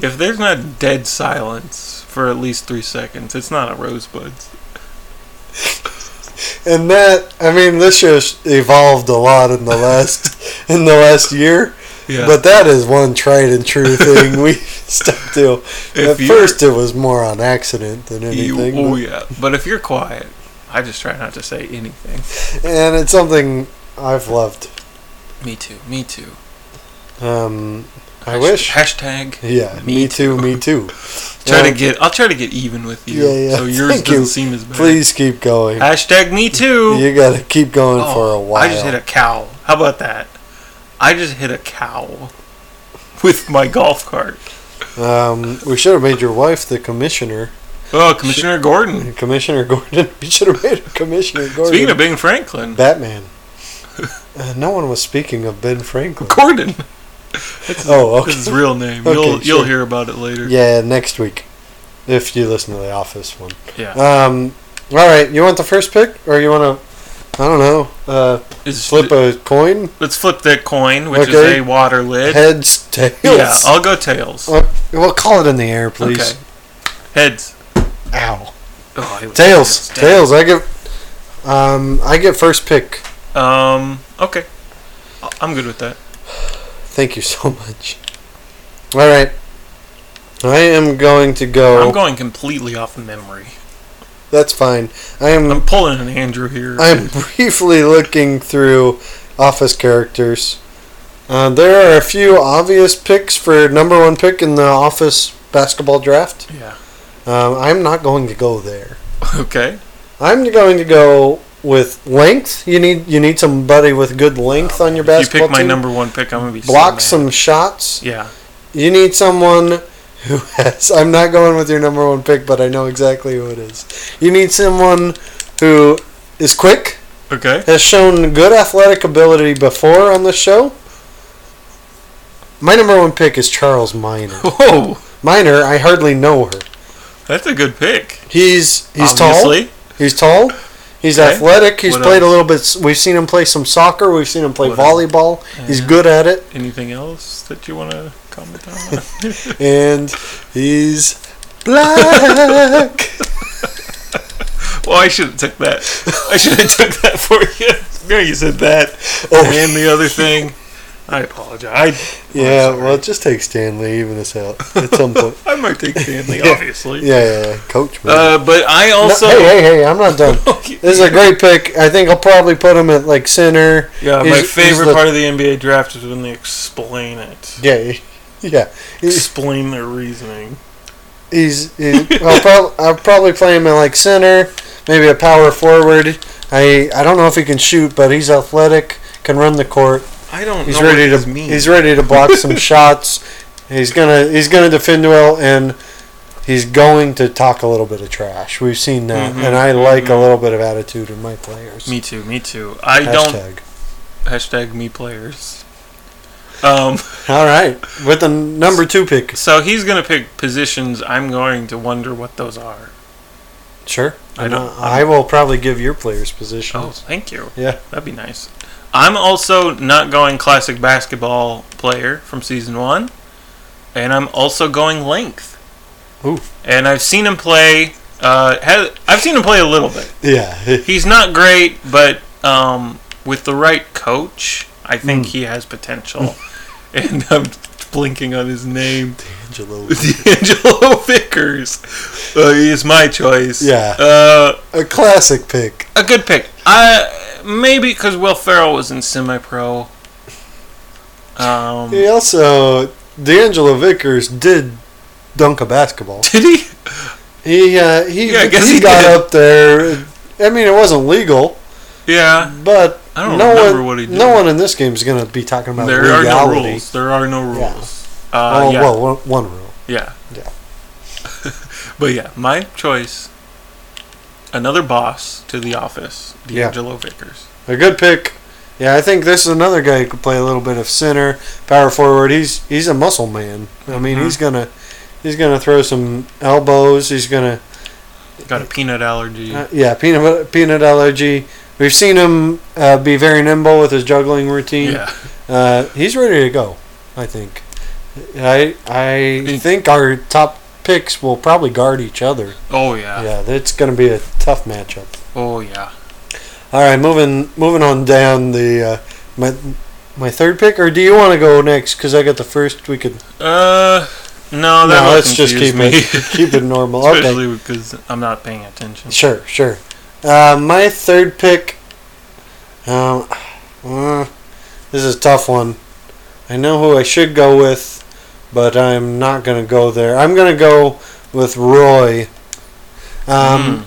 D: If there's not dead silence for at least three seconds, it's not a Rosebuds.
C: And that I mean, this show's evolved a lot in the last in the last year.
D: Yeah.
C: But that is one tried and true thing we stuck to. At
D: you're-
C: first, it was more on accident than
D: You-
C: anything.
D: oh
C: but-
D: yeah, but if you're quiet, I just try not to say anything.
C: and it's something I've loved.
D: Me too. Me too.
C: Um, I wish.
D: Hashtag.
C: Yeah, me,
D: Me
C: too, me too.
D: Try
C: Yeah.
D: to get. I'll try to get even with you.
C: Yeah, yeah.
D: So yours
C: Thank
D: doesn't
C: you.
D: seem as bad.
C: Please keep going.
D: Hashtag me too.
C: You gotta keep going
D: Oh,
C: for a while.
D: I just hit a cow. How about that? I just hit a cow with my golf cart.
C: Um, we should have made your wife the commissioner,
D: Oh, Commissioner Gordon.
C: Commissioner Gordon. We should have made her Commissioner Gordon.
D: Speaking of Ben Franklin,
C: Batman. Uh, no one was speaking of Ben Franklin.
D: Gordon.
C: Oh,
D: That's his
C: okay.
D: real name.
C: Okay,
D: you'll
C: sure.
D: you'll hear about it later.
C: Yeah, next week, if you listen to the Office one.
D: Yeah.
C: Um, All right, you want the first pick, or you want to? I don't know. Uh,
D: Is-
C: flip a coin.
D: Let's flip the coin, which is
C: Okay.
D: a water lid.
C: Heads, tails.
D: Yeah, I'll go tails.
C: Well, we'll call it in the air, please.
D: Okay. Heads.
C: Ow.
D: Oh, it was
C: Tails.
D: Damn.
C: Tails. I get. Um, I get first pick.
D: Um. Okay. I- I'm good with that.
C: Thank you so much. All right. I am going to go.
D: I'm going completely off of memory.
C: That's fine. I am.
D: I'm pulling an Andrew here.
C: I'm briefly looking through office characters. Uh, there are a few obvious picks for number one pick in the office basketball draft.
D: yeah.
C: Um, I'm not going to go there.
D: Okay.
C: I'm going to go with length. You need you need somebody with good length on your
D: Oh, If you
C: basketball
D: pick my
C: team.
D: number one pick, I'm gonna be so
C: Block
D: mad.
C: some shots.
D: Yeah.
C: You need someone who has. I'm not going with your number one pick, but I know exactly who it is. You need someone who is quick.
D: Okay.
C: has shown good athletic ability before on the show. My number one pick is Charles Minor.
D: Whoa,
C: Minor, I hardly know her.
D: that's a good pick.
C: He's he's tall.
D: obviously.
C: He's tall. He's
D: Okay.
C: athletic. He's
D: What
C: played a
D: else?
C: little bit. s- We've seen him play some soccer. We've seen him play
D: What else?
C: volleyball. He's
D: Yeah.
C: good at it,
D: Anything else that you want to comment on?
C: and he's black.
D: well, I should have took that. I should have took that for you. No, you said that.
C: Oh.
D: and the other thing. I apologize. I,
C: yeah,
D: I'm
C: well, just take Stanley even this out at some point.
D: I might take Stanley,
C: Yeah.
D: obviously.
C: Yeah, yeah, yeah. coach. Man.
D: Uh, but I
C: No,
D: also.
C: hey, hey, hey! I'm not done.
D: Okay.
C: This is a great pick. I think I'll probably put him at like center.
D: Yeah,
C: He's-
D: my
C: he's
D: favorite
C: the-
D: part of the NBA draft is when they explain it.
C: Yeah, he- yeah. He's
D: Explain their reasoning.
C: he's. he- I'll, prob- I'll probably play him in like center, maybe a power forward. I I don't know if he can shoot, but he's athletic, can run the court.
D: I don't
C: He's
D: know what
C: ready
D: this
C: to
D: means.
C: he's ready to block some shots. He's gonna he's gonna defend well, and he's going to talk a little bit of trash. We've seen that,
D: Mhm,
C: and I like a
D: mhm.
C: little bit of attitude in my players.
D: me too, me too. I don't.
C: Hashtag.
D: Hashtag me players. Um.
C: All right, with the number two pick,
D: So he's gonna pick positions. I'm going to wonder what those are.
C: sure.
D: I
C: I,
D: don't-
C: I will probably give your players positions.
D: Oh, thank you.
C: Yeah.
D: that'd be nice. I'm also not going classic basketball player from season one, and I'm also going length.
C: Ooh.
D: And I've seen him play. Uh, has, I've seen him play a little bit.
C: Yeah,
D: He's not great, but um, with the right coach, I think
C: Hmm.
D: he has potential. and I'm blinking on his name.
C: Angelo.
D: D'Angelo Vickers uh, is my choice.
C: Yeah.
D: Uh,
C: A classic pick.
D: a good pick. I maybe because Will Ferrell was in semi-pro. Um,
C: He also D'Angelo Vickers did dunk a basketball.
D: Did he?
C: He uh, he
D: Yeah, I guess
C: he,
D: he
C: got
D: did.
C: up there. I mean, it wasn't legal,
D: Yeah.
C: but
D: I don't
C: no
D: remember
C: one
D: what he did.
C: no one in this game is going to be talking about
D: there
C: legality.
D: are no rules. There are no
C: Yeah.
D: rules. Uh,
C: Oh
D: yeah.
C: well, one, one rule.
D: Yeah.
C: Yeah.
D: but yeah, my choice. Another boss to the office,
C: Yeah.
D: D'Angelo Vickers.
C: A good pick. Yeah, I think this is another guy who could play a little bit of center, power forward. He's he's a muscle man. I mean,
D: Mhm.
C: he's gonna he's gonna throw some elbows. He's gonna
D: Got a peanut allergy.
C: Uh, yeah, peanut peanut allergy. We've seen him uh, be very nimble with his juggling routine.
D: yeah.
C: Uh, he's ready to go. I think. I I think our top picks will probably guard each other.
D: Oh yeah.
C: Yeah, it's going to be a tough matchup.
D: Oh yeah.
C: All right, moving moving on down the uh, my my third pick, or do you want to go next? Because I got the first. We could
D: Uh, no, that
C: no.
D: would
C: Let's just keep
D: me.
C: it keep it normal. Okay.
D: Especially because I'm not paying attention.
C: Sure, sure. Uh, my third pick. Um, uh, this is a tough one. I know who I should go with, but I'm not gonna go there. I'm gonna go with Roy. Um,
D: Mm-hmm.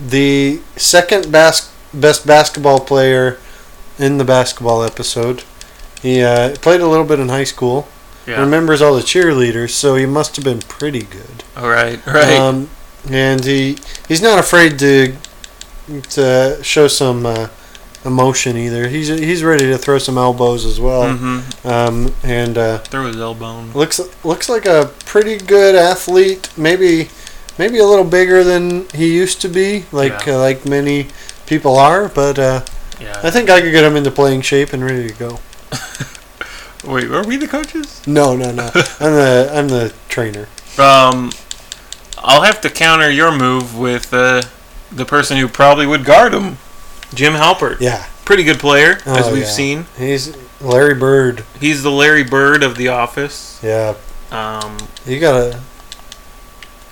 C: the second bas- best basketball player in the basketball episode. He uh, played a little bit in high school.
D: Mm, yeah.
C: Remembers all the cheerleaders, so he must have been pretty good.
D: All right. Right.
C: Um, and he he's not afraid to to show some uh, emotion either. He's he's ready to throw some elbows as well.
D: mm-hmm.
C: Um, and uh,
D: There was elbow.
C: looks looks like a pretty good athlete. Maybe maybe a little bigger than he used to be, like
D: Yeah.
C: uh, like many people are. But uh,
D: Yeah.
C: I think I could get him into playing shape and ready to go.
D: Wait, are we the coaches?
C: No, no, no. I'm the I'm the trainer.
D: Um, I'll have to counter your move with uh, the person who probably would guard him, Jim Halpert.
C: Yeah,
D: Pretty good player, as
C: Oh,
D: we've
C: yeah.
D: seen.
C: he's Larry Bird.
D: He's the Larry Bird of the office.
C: Yeah,
D: Um,
C: you got a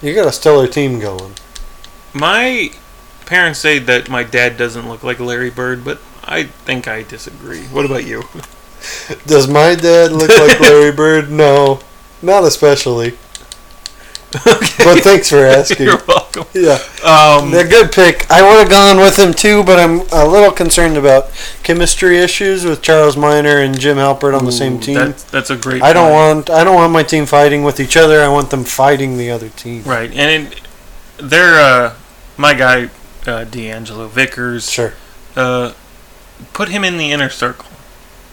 C: you got a stellar team going.
D: my parents say that my dad doesn't look like Larry Bird, but I think I disagree. What about you?
C: Does my dad look like Larry Bird? No, not especially. But thanks for asking.
D: You're welcome.
C: Yeah.
D: Um,
C: They're good pick. I would have gone with him too, but I'm a little concerned about chemistry issues with Charles Miner and Jim Halpert on the same
D: ooh,
C: team.
D: That's, that's a great.
C: I don't
D: point.
C: want I don't want my team fighting with each other. I want them fighting the other team.
D: Right, and it, they're uh, my guy, uh, D'Angelo Vickers.
C: Sure.
D: Uh, put him in the inner circle.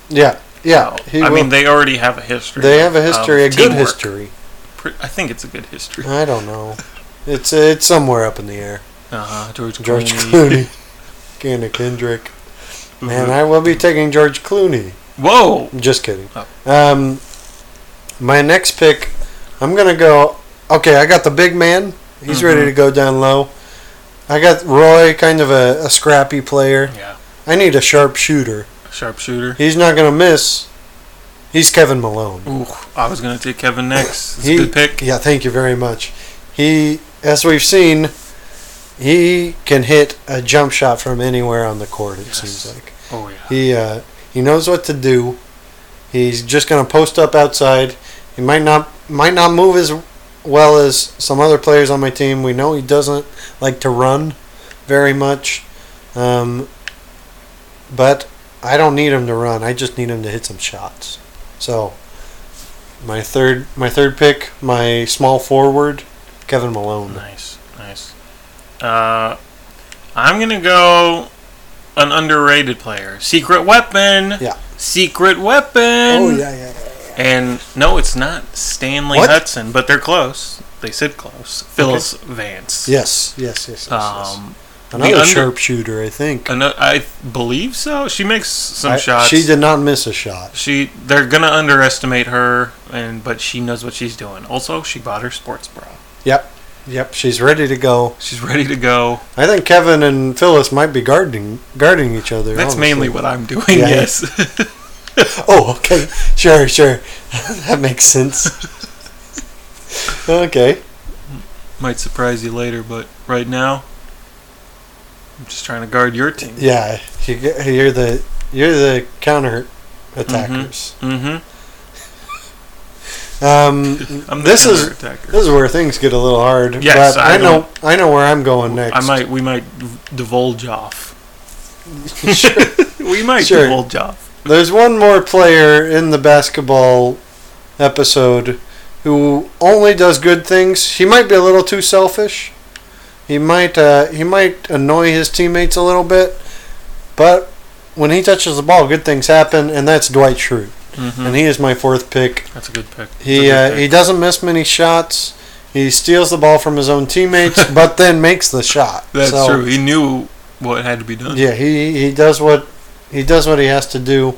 C: Yeah. Yeah. He
D: I
C: will-
D: mean, they already have a history.
C: they have a history, a
D: of
C: good
D: teamwork.
C: history. Uh,
D: Pre- I think it's a good history.
C: I don't know. It's it's somewhere up in the air.
D: Uh, George,
C: George
D: Clooney.
C: Clooney, Anna Kendrick. Man, I will be taking George Clooney.
D: Whoa!
C: I'm just kidding.
D: Oh.
C: Um, my next pick, I'm gonna go. Okay, I got the big man. He's ready
D: Mhm.
C: to go down low. I got Roy, kind of a, a scrappy player.
D: Yeah,
C: I need a sharp shooter.
D: sharpshooter.
C: He's not gonna miss. He's Kevin Malone.
D: Ooh, I was gonna take Kevin next. It's
C: He-
D: a good pick.
C: Yeah, thank you very much. He, as we've seen, he can hit a jump shot from anywhere on the court. It
D: Yes.
C: seems like.
D: Oh yeah.
C: He uh, he knows what to do. He's just gonna post up outside. He might not might not move as well as some other players on my team. We know he doesn't like to run very much, um, but I don't need him to run. I just need him to hit some shots. So my third my third pick, my small forward, Kevin Malone.
D: Nice, nice. Uh, I'm gonna go an underrated player. Secret Weapon.
C: Yeah. Oh,
D: Secret Weapon.
C: yeah.
D: And no, it's not Stanley
C: What?
D: Hudson, but they're close. They sit close. Phyllis Vance.
C: Yes, yes, yes. yes, yes.
D: Um,
C: Another
D: under-
C: sharpshooter, I think.
D: ano- I believe so. She makes some
C: I-
D: shots.
C: She did not miss a shot.
D: She they're gonna underestimate her, and but she knows what she's doing. Also, she bought her sports bra.
C: Yep. Yep, she's ready to go.
D: She's ready to go.
C: I think Kevin and Phyllis might be guarding guarding each other.
D: That's
C: honestly.
D: mainly what I'm doing.
C: Yeah.
D: Yes.
C: Oh, okay. Sure, sure. that makes sense. okay.
D: Might surprise you later, but right now, I'm just trying to guard your team.
C: Yeah, you, get- you're the you're the counter attackers.
D: Mm-hmm.
C: Um,
D: I'm the
C: this is
D: attacker.
C: this is where things get a little hard.
D: Yes,
C: but
D: I
C: I, know I know where I'm going next.
D: I might. We might v- divulge off.
C: Sure.
D: We might
C: Sure.
D: divulge off.
C: There's one more player in the basketball episode who only does good things. He might be a little too selfish. He might uh, he might annoy his teammates a little bit, but when he touches the ball, good things happen, and that's Dwight Schrute.
D: Mm-hmm.
C: And he is my fourth pick.
D: That's a good pick. That's a
C: He
D: good
C: uh,
D: pick.
C: he doesn't miss many shots. He steals the ball from his own teammates, but then makes the shot.
D: That's
C: So-
D: true. He knew what had to be done.
C: yeah, he, he does what he does what he has to do,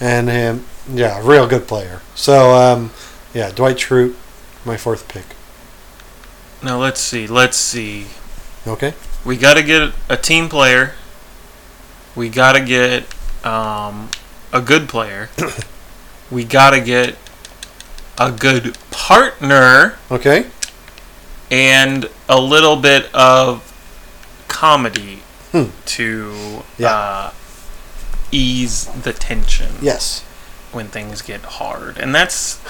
C: and um, yeah, real good player. So um, yeah, Dwight Schrute, my fourth pick.
D: Now let's see. Let's see.
C: Okay,
D: We got to get a team player. We got to get um, a good player. we got to get a good partner
C: okay,
D: and a little bit of comedy
C: Hmm.
D: to
C: Yeah.
D: uh, ease the tension.
C: yes,
D: when things get hard. And that's,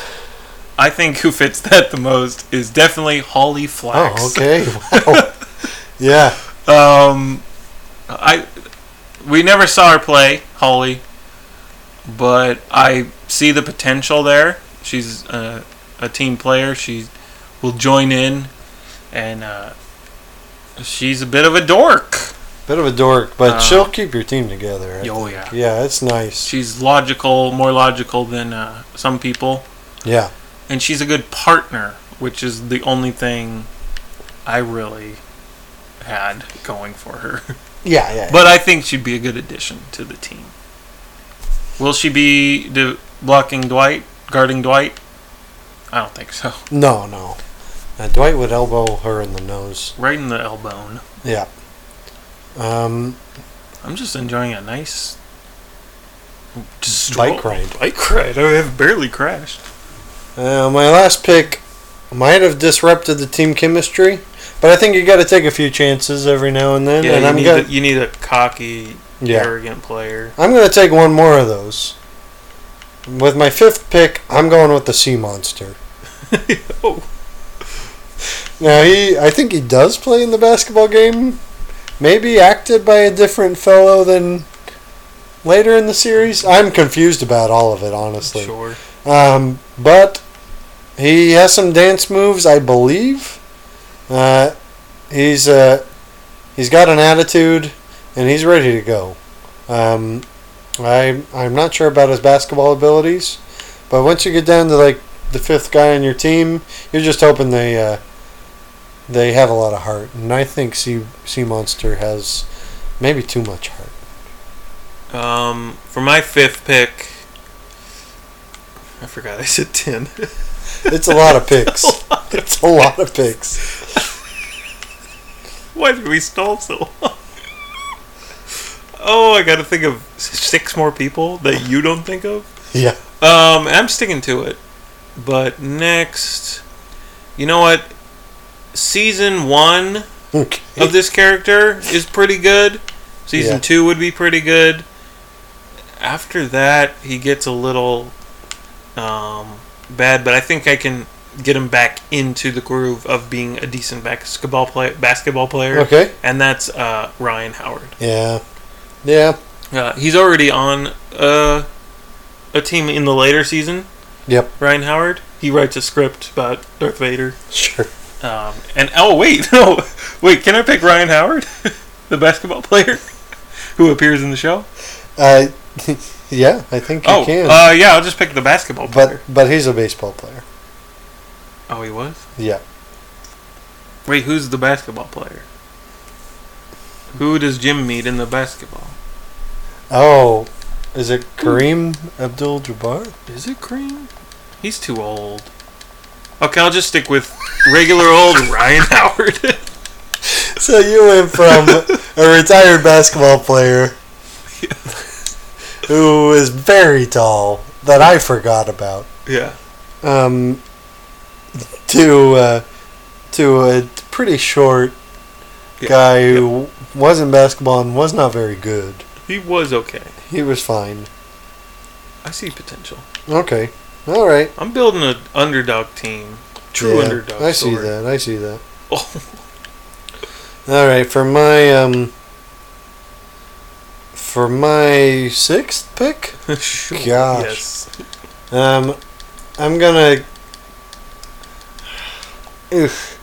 D: I think, who fits that the most is definitely Holly Flax.
C: oh okay, wow, yeah,
D: Um, I, we never saw her play, Holly, but I see the potential there. She's a, a team player. She will join in, and uh, she's a bit of a dork.
C: bit of a dork, but
D: Uh,
C: she'll keep your team together. I
D: Oh,
C: think.
D: yeah.
C: yeah, it's nice.
D: She's logical, more logical than uh, some people.
C: Yeah,
D: and she's a good partner, which is the only thing I really had going for her.
C: Yeah, yeah.
D: But I think she'd be a good addition to the team. Will she be do- blocking Dwight, guarding Dwight? I don't think so.
C: no, no. Uh, Dwight would elbow her in the nose.
D: Right in the elbow.
C: Yeah. Um,
D: I'm just enjoying a nice stroll-
C: bike ride.
D: Bike ride. I have barely crashed.
C: Uh, my last pick might have disrupted the team chemistry, but I think you got to take a few chances every now and then.
D: Yeah,
C: and
D: you,
C: I'm
D: need
C: gonna
D: a, you need a cocky,
C: yeah.
D: arrogant player.
C: I'm going to take one more of those. With my fifth pick, I'm going with the sea monster.
D: Oh.
C: Now he, I think he does play in the basketball game. Maybe acted by a different fellow than later in the series. I'm confused about all of it, honestly.
D: Sure.
C: Um, but he has some dance moves, I believe. Uh, he's uh, he's got an attitude, and he's ready to go. Um, I I'm not sure about his basketball abilities, but once you get down to like the fifth guy on your team, you're just hoping they uh, they have a lot of heart, and I think Sea Sea Monster has maybe too much heart.
D: Um, for my fifth pick, I forgot I said ten.
C: It's a lot of picks. it's a lot of picks.
D: Why did we stall so long? oh, I got to think of six more people that you don't think of.
C: Yeah.
D: Um, I'm sticking to it. But next, you know what? Season one
C: Okay.
D: of this character is pretty good. Season
C: Yeah.
D: two would be pretty good. After that, he gets a little um, bad, but I think I can get him back into the groove of being a decent basketball player. Basketball player,
C: Okay.
D: and that's uh, Ryan Howard.
C: Yeah. Yeah.
D: Uh, he's already on uh, a team in the later season.
C: Yep.
D: Ryan Howard. He writes a script about Darth Vader.
C: Sure.
D: Um, and oh wait, no, wait. Can I pick Ryan Howard, the basketball player who appears in the show?
C: Uh, yeah, I think you
D: oh,
C: can.
D: uh, yeah. I'll just pick the basketball
C: but
D: player.
C: but he's a baseball player.
D: oh, he was.
C: Yeah.
D: Wait, who's the basketball player? Who does Jim meet in the basketball?
C: Oh, is it Kareem Abdul-Jabbar?
D: Is it Cream? He's too old. Okay, I'll just stick with regular old Ryan Howard.
C: So you went from a retired basketball player who is very tall that I forgot about
D: yeah.
C: um, to uh, to a pretty short
D: Yeah,
C: guy who wasn't basketball and was not very good.
D: He was okay.
C: He was fine.
D: I see potential.
C: Okay. All right.
D: I'm building an underdog team. True
C: Yeah,
D: underdog.
C: I see
D: story.
C: that. I see that.
D: Oh.
C: All right. For my um. For my sixth pick,
D: sure.
C: Gosh.
D: Yes.
C: um, I'm gonna. Oof.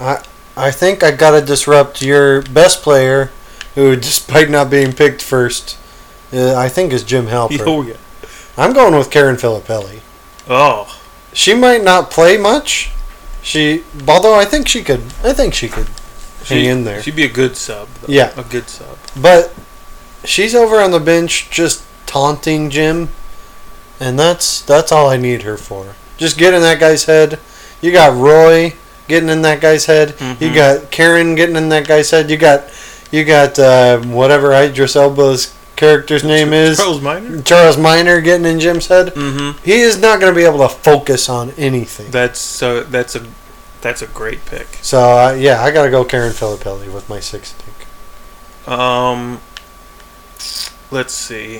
C: I I think I gotta disrupt your best player, who despite not being picked first, uh, I think is Jim Halper.
D: Oh, yeah.
C: I'm going with Karen Filippelli.
D: Oh,
C: she might not play much. She, although I think she could, I think she could hang in there.
D: She'd be a good sub. Though.
C: Yeah.
D: A good sub.
C: but she's over on the bench just taunting Jim, and that's that's all I need her for. Just get in that guy's head. You got Roy getting in that guy's head. You
D: Mhm.
C: got Karen getting in that guy's head. You got you got uh, whatever Idris Elba's character's name is.
D: Charles Minor?
C: Charles Minor getting in Jim's head.
D: Mm-hmm.
C: He is not going to be able to focus on anything.
D: That's so. That's a. That's a great pick.
C: So uh, yeah, I gotta go Karen Filippelli with my sixth pick.
D: Um, let's see.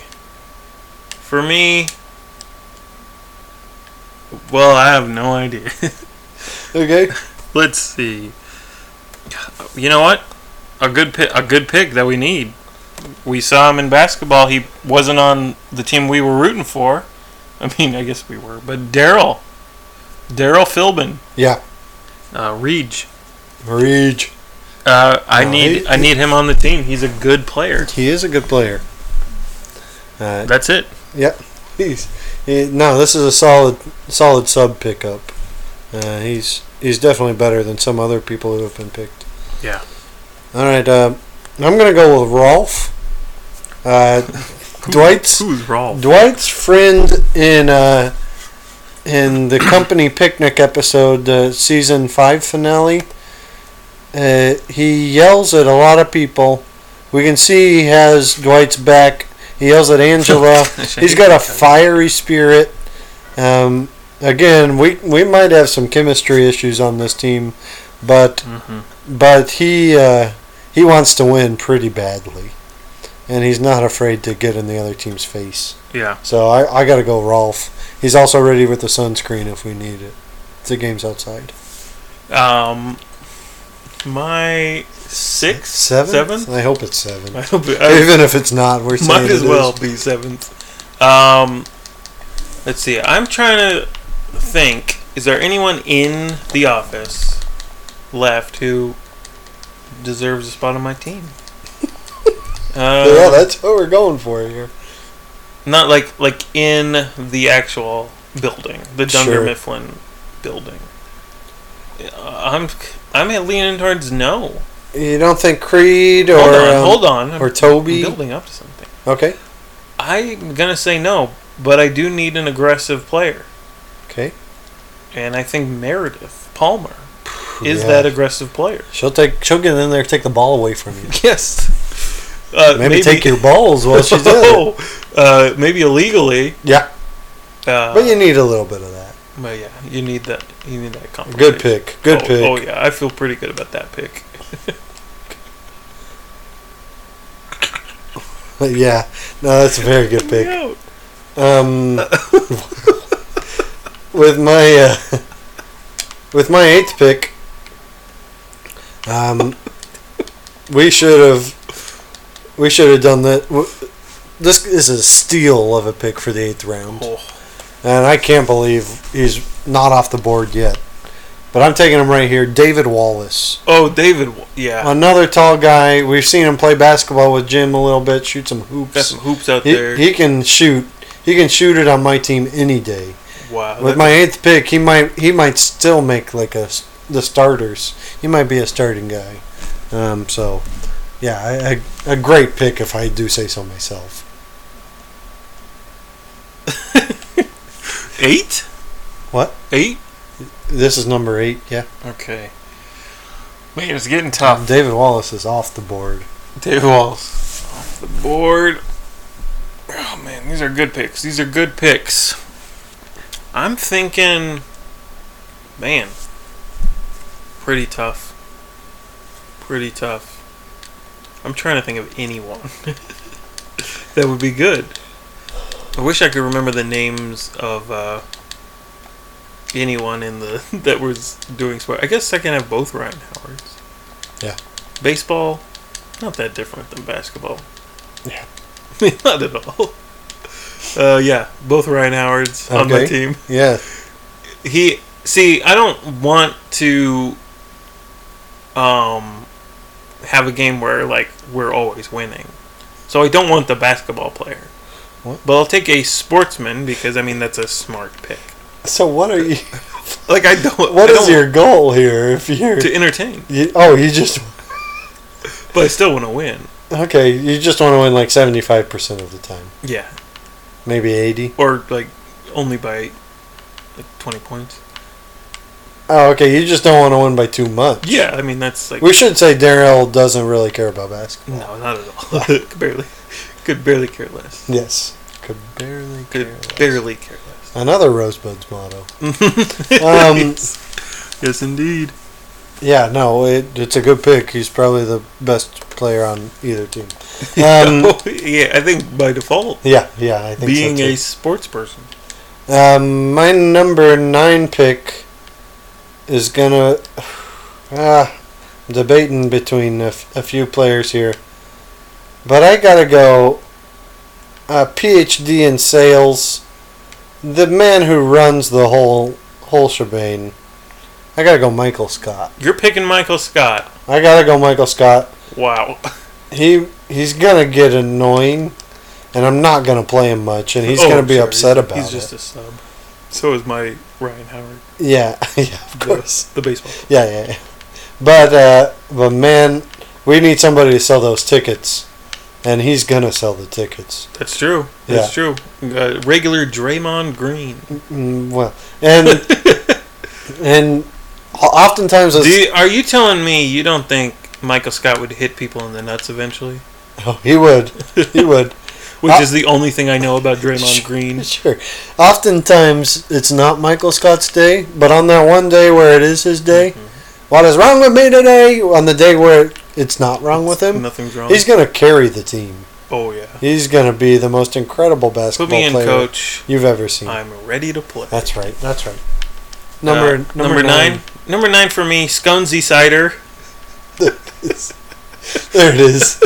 D: For me, well, I have no idea.
C: Okay.
D: let's see. You know what? A good pick, a good pick that we need. We saw him in basketball. He wasn't on the team we were rooting for. I mean, I guess we were, but Daryl, Daryl Philbin,
C: Yeah.
D: uh, Reege.
C: Reach.
D: Uh, I
C: No,
D: need
C: he-
D: I need him on the team. He's a good player.
C: He is a good player. Uh,
D: That's it.
C: he's he, no. This is a solid, solid sub pickup. Uh, he's he's definitely better than some other people who have been picked.
D: Yeah.
C: All right. Uh, I'm gonna go with Rolf. Uh,
D: Who-
C: Dwight's-
D: Who's Rolf?
C: Dwight's friend in uh, in the company picnic episode, the season five finale. Uh, he yells at a lot of people. We can see he has Dwight's back. He yells at Angela. He's got a fiery spirit. Um, again, we we might have some chemistry issues on this team, but
D: hmm
C: but he uh, he wants to win pretty badly, and he's not afraid to get in the other team's face.
D: Yeah.
C: So I, I got to go Rolf. He's also ready with the sunscreen if we need it. The game's outside.
D: Um, my six,
C: Seven?
D: seventh?
C: I hope it's seven.
D: I hope it- I-
C: Even if it's not, we're saying
D: might
C: it
D: as
C: is.
D: well be seventh. Um, let's see. I'm trying to think. Is there anyone in the office left who deserves a spot on my team? Uh,
C: yeah, that's what we're going for here.
D: not like like in the actual building, the Dunder
C: Sure.
D: Mifflin building. Uh, I'm I'm leaning towards no.
C: You don't think Creed or
D: Hold on,
C: um,
D: hold on. I'm
C: or Toby?
D: building up to something.
C: Okay,
D: I'm gonna say no, but I do need an aggressive player,
C: okay.
D: and I think Meredith Palmer is
C: Yeah.
D: that aggressive player.
C: She'll take. She'll get in there, take the ball away from you.
D: Yes. Uh,
C: Maybe, take your balls while she's doing it.
D: no, uh, maybe illegally.
C: Yeah,
D: Uh,
C: but you need a little bit of that.
D: but yeah, you need that. You need that compensation.
C: Good pick. Good
D: oh,
C: pick.
D: Oh yeah, I feel pretty good about that pick. oh,
C: yeah, no, that's a very good pick.
D: Yeah.
C: Um, with my uh, with my eighth pick, um, we should have we should have done that. w- This is a steal of a pick for the eighth round,
D: Oh,
C: and I can't believe he's not off the board yet. But I'm taking him right here, David Wallace.
D: oh, David. Wa- Yeah,
C: Another tall guy. We've seen him play basketball with Jim a little bit, shoot some
D: got
C: hoops.
D: some hoops out
C: He,
D: there.
C: he can shoot. He can shoot it on my team any day
D: wow.
C: with
D: that-
C: my eighth pick, he might he might still make like a s- the starters. He might be a starting guy. Um, so, yeah, I, I, a great pick if I do say so myself.
D: eight.
C: What?
D: Eight.
C: This is number eight. Yeah,
D: Okay. Man, it's getting tough.
C: David Wallace is off the board.
D: David Walls. Off the board. Oh man, these are good picks. These are good picks. I'm thinking man. Pretty tough. Pretty tough. I'm trying to think of anyone that would be good. I wish I could remember the names of uh, anyone in the that was doing sport. I guess I can have both Ryan Howards.
C: Yeah.
D: Baseball, not that different than basketball.
C: Yeah.
D: not at all. Uh, yeah, both Ryan Howards on my
C: Okay.
D: team.
C: Yeah,
D: He see, I don't want to um have a game where like we're always winning. So I don't want the basketball player.
C: What?
D: But I'll take a sportsman because I mean that's a smart pick.
C: So what are you?
D: Like I don't
C: What
D: I
C: is
D: don't
C: your goal here? If you're
D: to entertain.
C: you, oh, you just
D: But I still want to win.
C: okay. You just want to win like seventy five percent of the time,
D: Yeah.
C: maybe eighty.
D: Or like only by like twenty points.
C: Oh, okay. You just don't want to win by too much.
D: Yeah, I mean that's like
C: We should say Daryl doesn't really care about
D: No,
C: basketball.
D: not at all. could barely could barely care less.
C: Yes. Could barely
D: Could
C: care.
D: barely care less.
C: Another Rosebud's motto. Um,
D: yes, indeed.
C: Yeah, no, it, it's a good pick. He's probably the best player on either team. Um,
D: Oh, yeah, I think by default,
C: yeah, yeah, I think
D: being
C: so
D: a
C: too.
D: sports person.
C: Um, my number nine pick is gonna. Ah, debating between a, f- a few players here, but I gotta go. uh, A PhD in sales, the man who runs the whole whole shebang. I gotta go, Michael Scott.
D: You're picking Michael Scott.
C: I gotta go, Michael Scott.
D: Wow.
C: He he's gonna get annoying, and I'm not gonna play him much, and he's
D: Oh,
C: gonna be
D: sorry.
C: upset
D: He's-
C: about
D: He's
C: it.
D: just a sub. So is my Ryan Howard,
C: Yeah, yeah, of course.
D: the baseball.
C: Yeah, yeah, yeah. But uh, but man, we need somebody to sell those tickets, and he's gonna sell the tickets.
D: That's true. That's true. Uh, regular Draymond Green.
C: Mm, well, and and o- oftentimes it's,
D: Do you, are you telling me you don't think Michael Scott would hit people in the nuts eventually?
C: Oh, he would, he would.
D: Which
C: Uh,
D: is the only thing I know about Draymond Green.
C: Sure. Oftentimes it's not Michael Scott's day, but on that one day where it is his day,
D: Mm-hmm.
C: what is wrong with me today? On the day where it's not wrong with him,
D: Nothing's wrong.
C: he's gonna carry the team.
D: oh yeah.
C: He's gonna be the most incredible basketball
D: Put me in,
C: player
D: coach.
C: you've ever seen.
D: I'm ready to play.
C: That's right. That's right. Number
D: Uh,
C: number, nine.
D: Number nine for me, Sconesy cider.
C: There it is.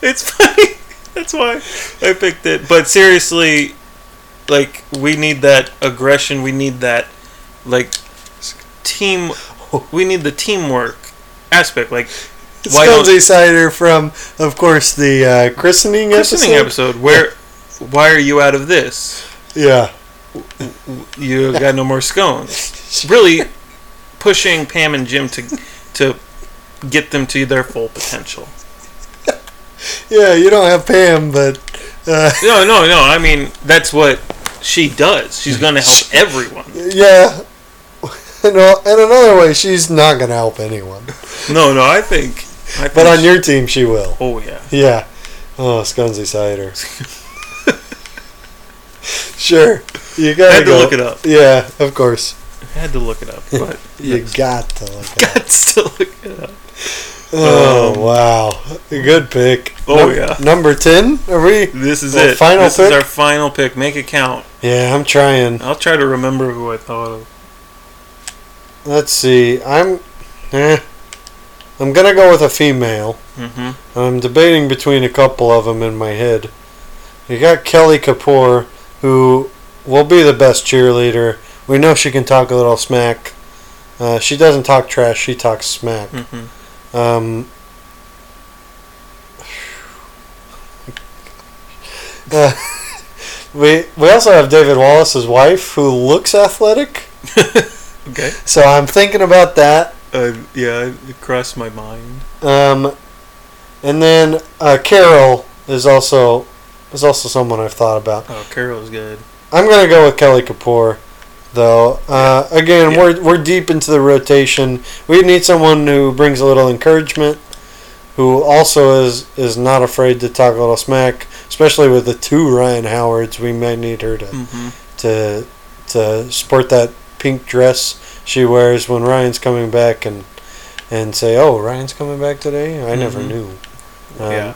D: It's funny. That's why I picked it. But seriously, like we need that aggression. We need that like team. We need the teamwork aspect. Like Why don't-
C: Scunsy cider from, of course, the uh, christening,
D: christening
C: episode.
D: episode. Where? Why are you out of this?
C: Yeah.
D: You got no more scones. Really pushing Pam and Jim to to get them to their full potential.
C: Yeah. You don't have Pam, but uh,
D: No, no, no. I mean, that's what she does. She's going to help everyone.
C: yeah. And, well, and another way, she's not gonna help anyone.
D: No, no. I think. I think
C: But on your team, she will.
D: Oh yeah.
C: Yeah. Oh, Scunsy cider. sure. You gotta
D: I had to
C: go.
D: look it up.
C: Yeah, of course.
D: I had to look it up, but
C: You got to look it up.
D: got to look it up.
C: Oh
D: Um,
C: wow, good pick.
D: Oh, yeah.
C: number ten. Are we?
D: This is
C: Well,
D: it.
C: final
D: this
C: pick?
D: is our final pick. Make it count.
C: Yeah, I'm trying.
D: I'll try to remember who I thought of.
C: Let's see. I'm, eh, I'm gonna go with a female.
D: hmm
C: I'm debating between a couple of them in my head. You got Kelly Kapoor, who will be the best cheerleader. We know she can talk a little smack. Uh, she doesn't talk trash. She talks smack.
D: hmm
C: Um, uh, we we also have David Wallace's wife, who looks athletic.
D: Okay.
C: So I'm thinking about that.
D: Uh, yeah, it crossed my mind.
C: Um, and then uh, Carol is also is also someone I've thought about.
D: Oh, Carol's good.
C: I'm gonna go with Kelly Kapoor, though. Uh, again,
D: Yeah.
C: we're we're deep into the rotation. We need someone who brings a little encouragement, who also is is not afraid to talk a little smack, especially with the two Ryan Howards. We might need her to
D: hmm
C: to to sport that pink dress she wears when Ryan's coming back and and say, "Oh, Ryan's coming back today." I never
D: Mhm.
C: knew. Um,
D: yeah,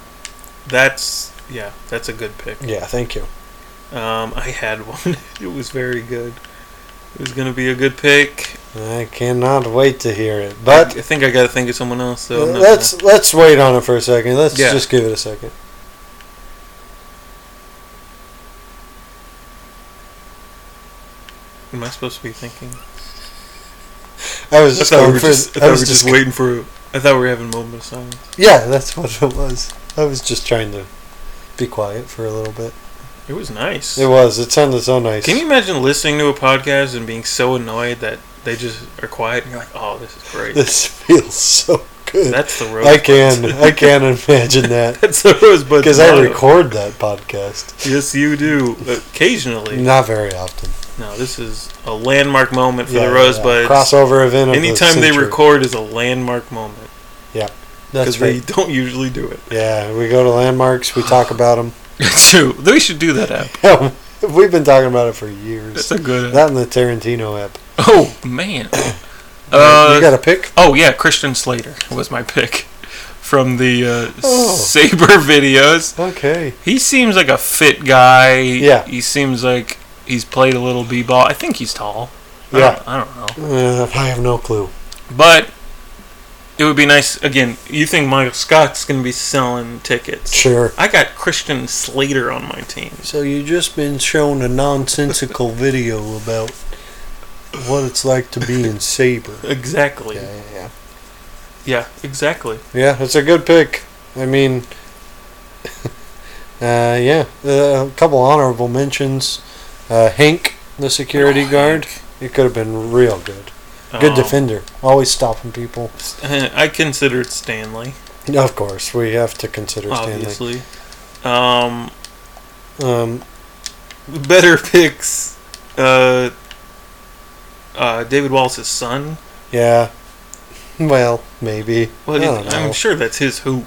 D: that's yeah, that's a good pick.
C: yeah, Thank you.
D: Um, I had one. it was very good. It was gonna be a good pick,
C: I cannot wait to hear it, but.
D: I think I gotta think of someone else. So I'm not
C: let's let's wait on it for a second. Let's
D: Yeah.
C: just give it a second.
D: gonna- am I supposed to be thinking?
C: I was
D: I
C: just
D: thought we
C: going
D: were
C: for.
D: just, I
C: I
D: thought we
C: was
D: were just waiting for. I thought we were having a moment of silence.
C: Yeah, that's what it was. I was just trying to be quiet for a little bit.
D: It was nice.
C: It was. It sounded so nice.
D: Can you imagine listening to a podcast and being so annoyed that they just are quiet and you're like, "Oh, this is great."
C: This feels so good.
D: That's the rosebud.
C: I can. I can imagine that
D: That's the rosebud.
C: because I
D: motto.
C: record that podcast
D: Yes, you do occasionally.
C: not very often.
D: No, this is a landmark moment for
C: Yeah,
D: the
C: yeah.
D: Rosebuds.
C: crossover event. Of
D: Anytime
C: the
D: they
C: century.
D: record is a landmark moment
C: that's
D: because
C: right.
D: they don't usually do it.
C: yeah, we go to landmarks. We talk about them.
D: It's true. We should do that app.
C: We've been talking about it for years.
D: a good
C: That and the Tarantino app.
D: Oh man.
C: you
D: Uh,
C: got a pick?
D: oh yeah, Christian Slater was my pick from the uh,
C: Oh.
D: Saber videos.
C: Okay.
D: He seems like a fit guy.
C: Yeah.
D: He seems like he's played a little b-ball. I think he's tall. I
C: Yeah.
D: don't- I don't know.
C: Uh, I have no clue.
D: But it would be nice. Again, you think Michael Scott's going to be selling tickets?
C: Sure.
D: I got Christian Slater on my team.
C: So you just been shown a nonsensical video about what it's like to be in Saber.
D: Exactly.
C: Yeah, yeah, yeah.
D: Yeah, exactly.
C: Yeah, it's a good pick. I mean, uh, yeah, uh, a couple honorable mentions. Uh, Hank the security guard. It could have been real good. Good
D: Oh.
C: defender. Always stopping people.
D: I considered Stanley,
C: Of course, we have to consider Stanley.
D: obviously. Um,
C: Um,
D: better picks. Uh, uh, David Wallace's son.
C: yeah. Well, maybe.
D: Well,
C: I don't
D: I'm
C: know.
D: sure that's his hoop.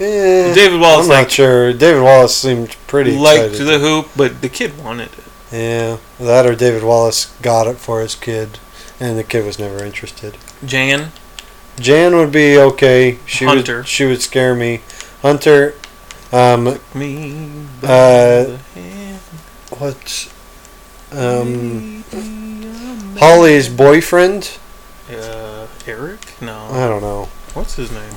C: Eh,
D: David Wallace
C: I'm not
D: like
C: sure. David Wallace seemed pretty
D: liked
C: excited.
D: the hoop, but the kid wanted it.
C: yeah, that or David Wallace got it for his kid, and the kid was never interested.
D: Jan.
C: Jan would be okay. She
D: Hunter.
C: would she would scare me. Hunter, um,
D: Me. by
C: Uh,
D: the hand,
C: what? Um,
D: baby, I'm
C: Holly's boyfriend.
D: Uh, Eric? No.
C: I don't know.
D: What's his name?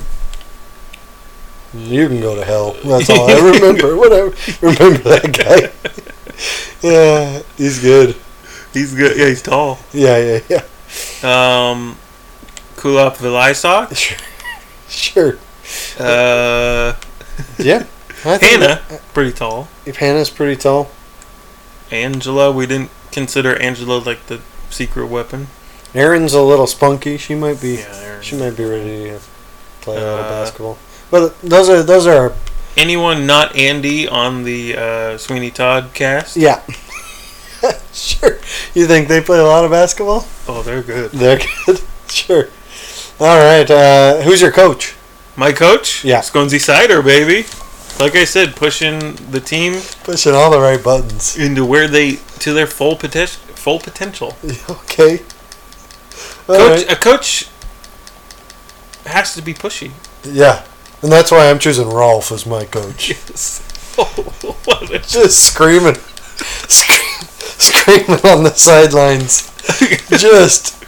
C: You can go to hell. That's all I remember. Whatever. Remember that guy. yeah, he's good.
D: He's good. Yeah, he's tall.
C: Yeah, yeah, yeah.
D: Um, Kulop Vilaysaw.
C: Sure. sure.
D: Uh,
C: Yeah. I think
D: Hannah.
C: uh,
D: Pretty tall.
C: that- Hannah's pretty tall.
D: Angela. We didn't consider Angela like the secret weapon.
C: Erin's a little spunky. She might be.
D: Aaron.
C: She might be ready to play a lot of
D: Uh,
C: basketball. But those are those are
D: Anyone not Andy on the uh, Sweeney Todd cast?
C: yeah. sure. You think they play a lot of basketball?
D: Oh, they're good.
C: They're good. sure. All right. Uh, who's your coach?
D: My coach?
C: Yeah.
D: Sconesy Cider, baby. Like I said, pushing the team
C: Pushing all the right buttons.
D: into where they to their full potential. Full potential.
C: Okay. All
D: Coach,
C: right.
D: A coach has to be pushy.
C: Yeah. And that's why I'm choosing Rolf as my coach.
D: Yes. Oh, what a-
C: Just screaming, Scream, screaming on the sidelines. Just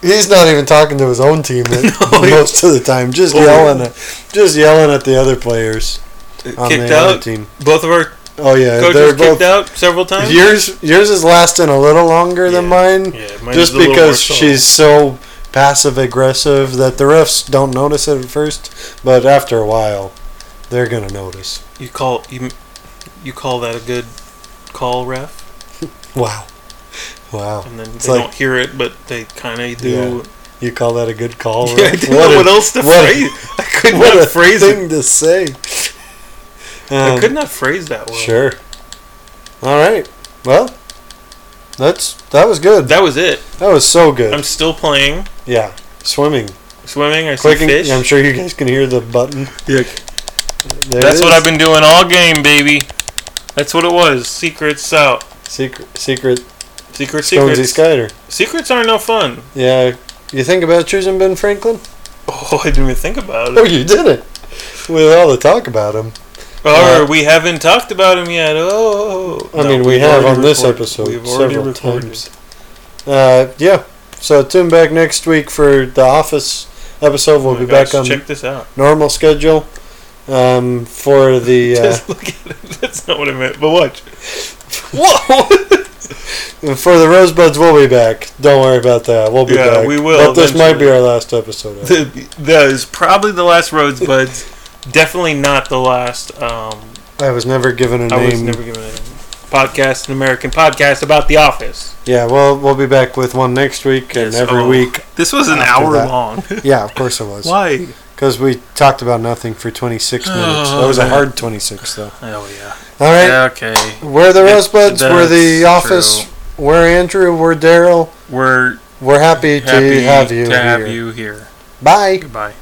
C: he's not even talking to his own team at-
D: No, he-
C: most of the time. Just
D: Oh.
C: yelling at, just yelling at the other players on
D: kicked
C: the other
D: out.
C: team.
D: Both of our
C: Oh yeah,
D: coaches
C: they're
D: kicked
C: both.
D: out several times.
C: Yours yours is lasting a little longer than
D: Yeah.
C: mine,
D: Yeah, mine is
C: just
D: a little more
C: because
D: subtle.
C: she's so passive aggressive that the refs don't notice it at first, but after a while, they're gonna notice.
D: You call you, you call that a good call, ref,
C: Wow, wow.
D: and then
C: It's
D: they
C: like-
D: don't hear it, but they kind of do.
C: You call that a good call?
D: Yeah,
C: Rick?
D: I didn't know
C: a-
D: what else to
C: what a-
D: phrase. I could
C: what
D: not
C: a
D: phrase it.
C: thing to say.
D: I
C: Um,
D: could not phrase that well.
C: Sure. All right. Well, that's that was good. That,
D: That was it.
C: was so good.
D: I'm still playing,
C: yeah, swimming,
D: swimming. I see
C: clicking.
D: fish.
C: yeah, I'm sure you guys can hear the button.
D: Yeah.
C: There
D: That's
C: it
D: what
C: is.
D: I've been doing all game, baby. That's what it was. Secrets out.
C: Secret, secret,
D: Secret,
C: Jonesy
D: secrets.
C: Skyder.
D: Secrets are no fun.
C: Yeah. You think about choosing Ben Franklin?
D: Oh, I didn't even think about
C: Oh,
D: it.
C: you did it. With all the talk about him,
D: Or we haven't talked about him yet. Oh.
C: Uh, I mean, we
D: we've
C: have
D: already
C: on this
D: recorded-
C: episode
D: We've already
C: several
D: recorded.
C: times. uh, yeah. So tune back next week for the Office episode.
D: Oh
C: We'll
D: my
C: be
D: gosh,
C: back on
D: Check this out.
C: normal schedule um, for the uh,
D: Just look at it. That's not what I meant. But watch. Whoa!
C: for the rosebuds. We'll be back. Don't worry about that. We'll be
D: Yeah,
C: back.
D: we will
C: But this might be
D: eventually.
C: our last episode. of it.
D: The- that is probably the last Rhodes Buds. Definitely not the last. Um,
C: I was never given a
D: I was
C: name.
D: never given a name. podcast, an American podcast about The Office.
C: yeah, well, we'll be back with one next week and
D: Yes,
C: every
D: oh.
C: week.
D: This was an
C: After
D: hour
C: that.
D: long.
C: Yeah, of course it was.
D: Why?
C: Because we talked about nothing for 26 minutes.
D: Oh,
C: that was a
D: man.
C: hard 26, though.
D: Oh yeah.
C: All right,
D: Yeah, okay.
C: we're the
D: It-
C: rosebuds. We're the
D: that's
C: office. We're Andrew. We're Daryl.
D: We're
C: We're happy,
D: happy
C: to have you
D: to have
C: here.
D: you here.
C: Bye.
D: Goodbye.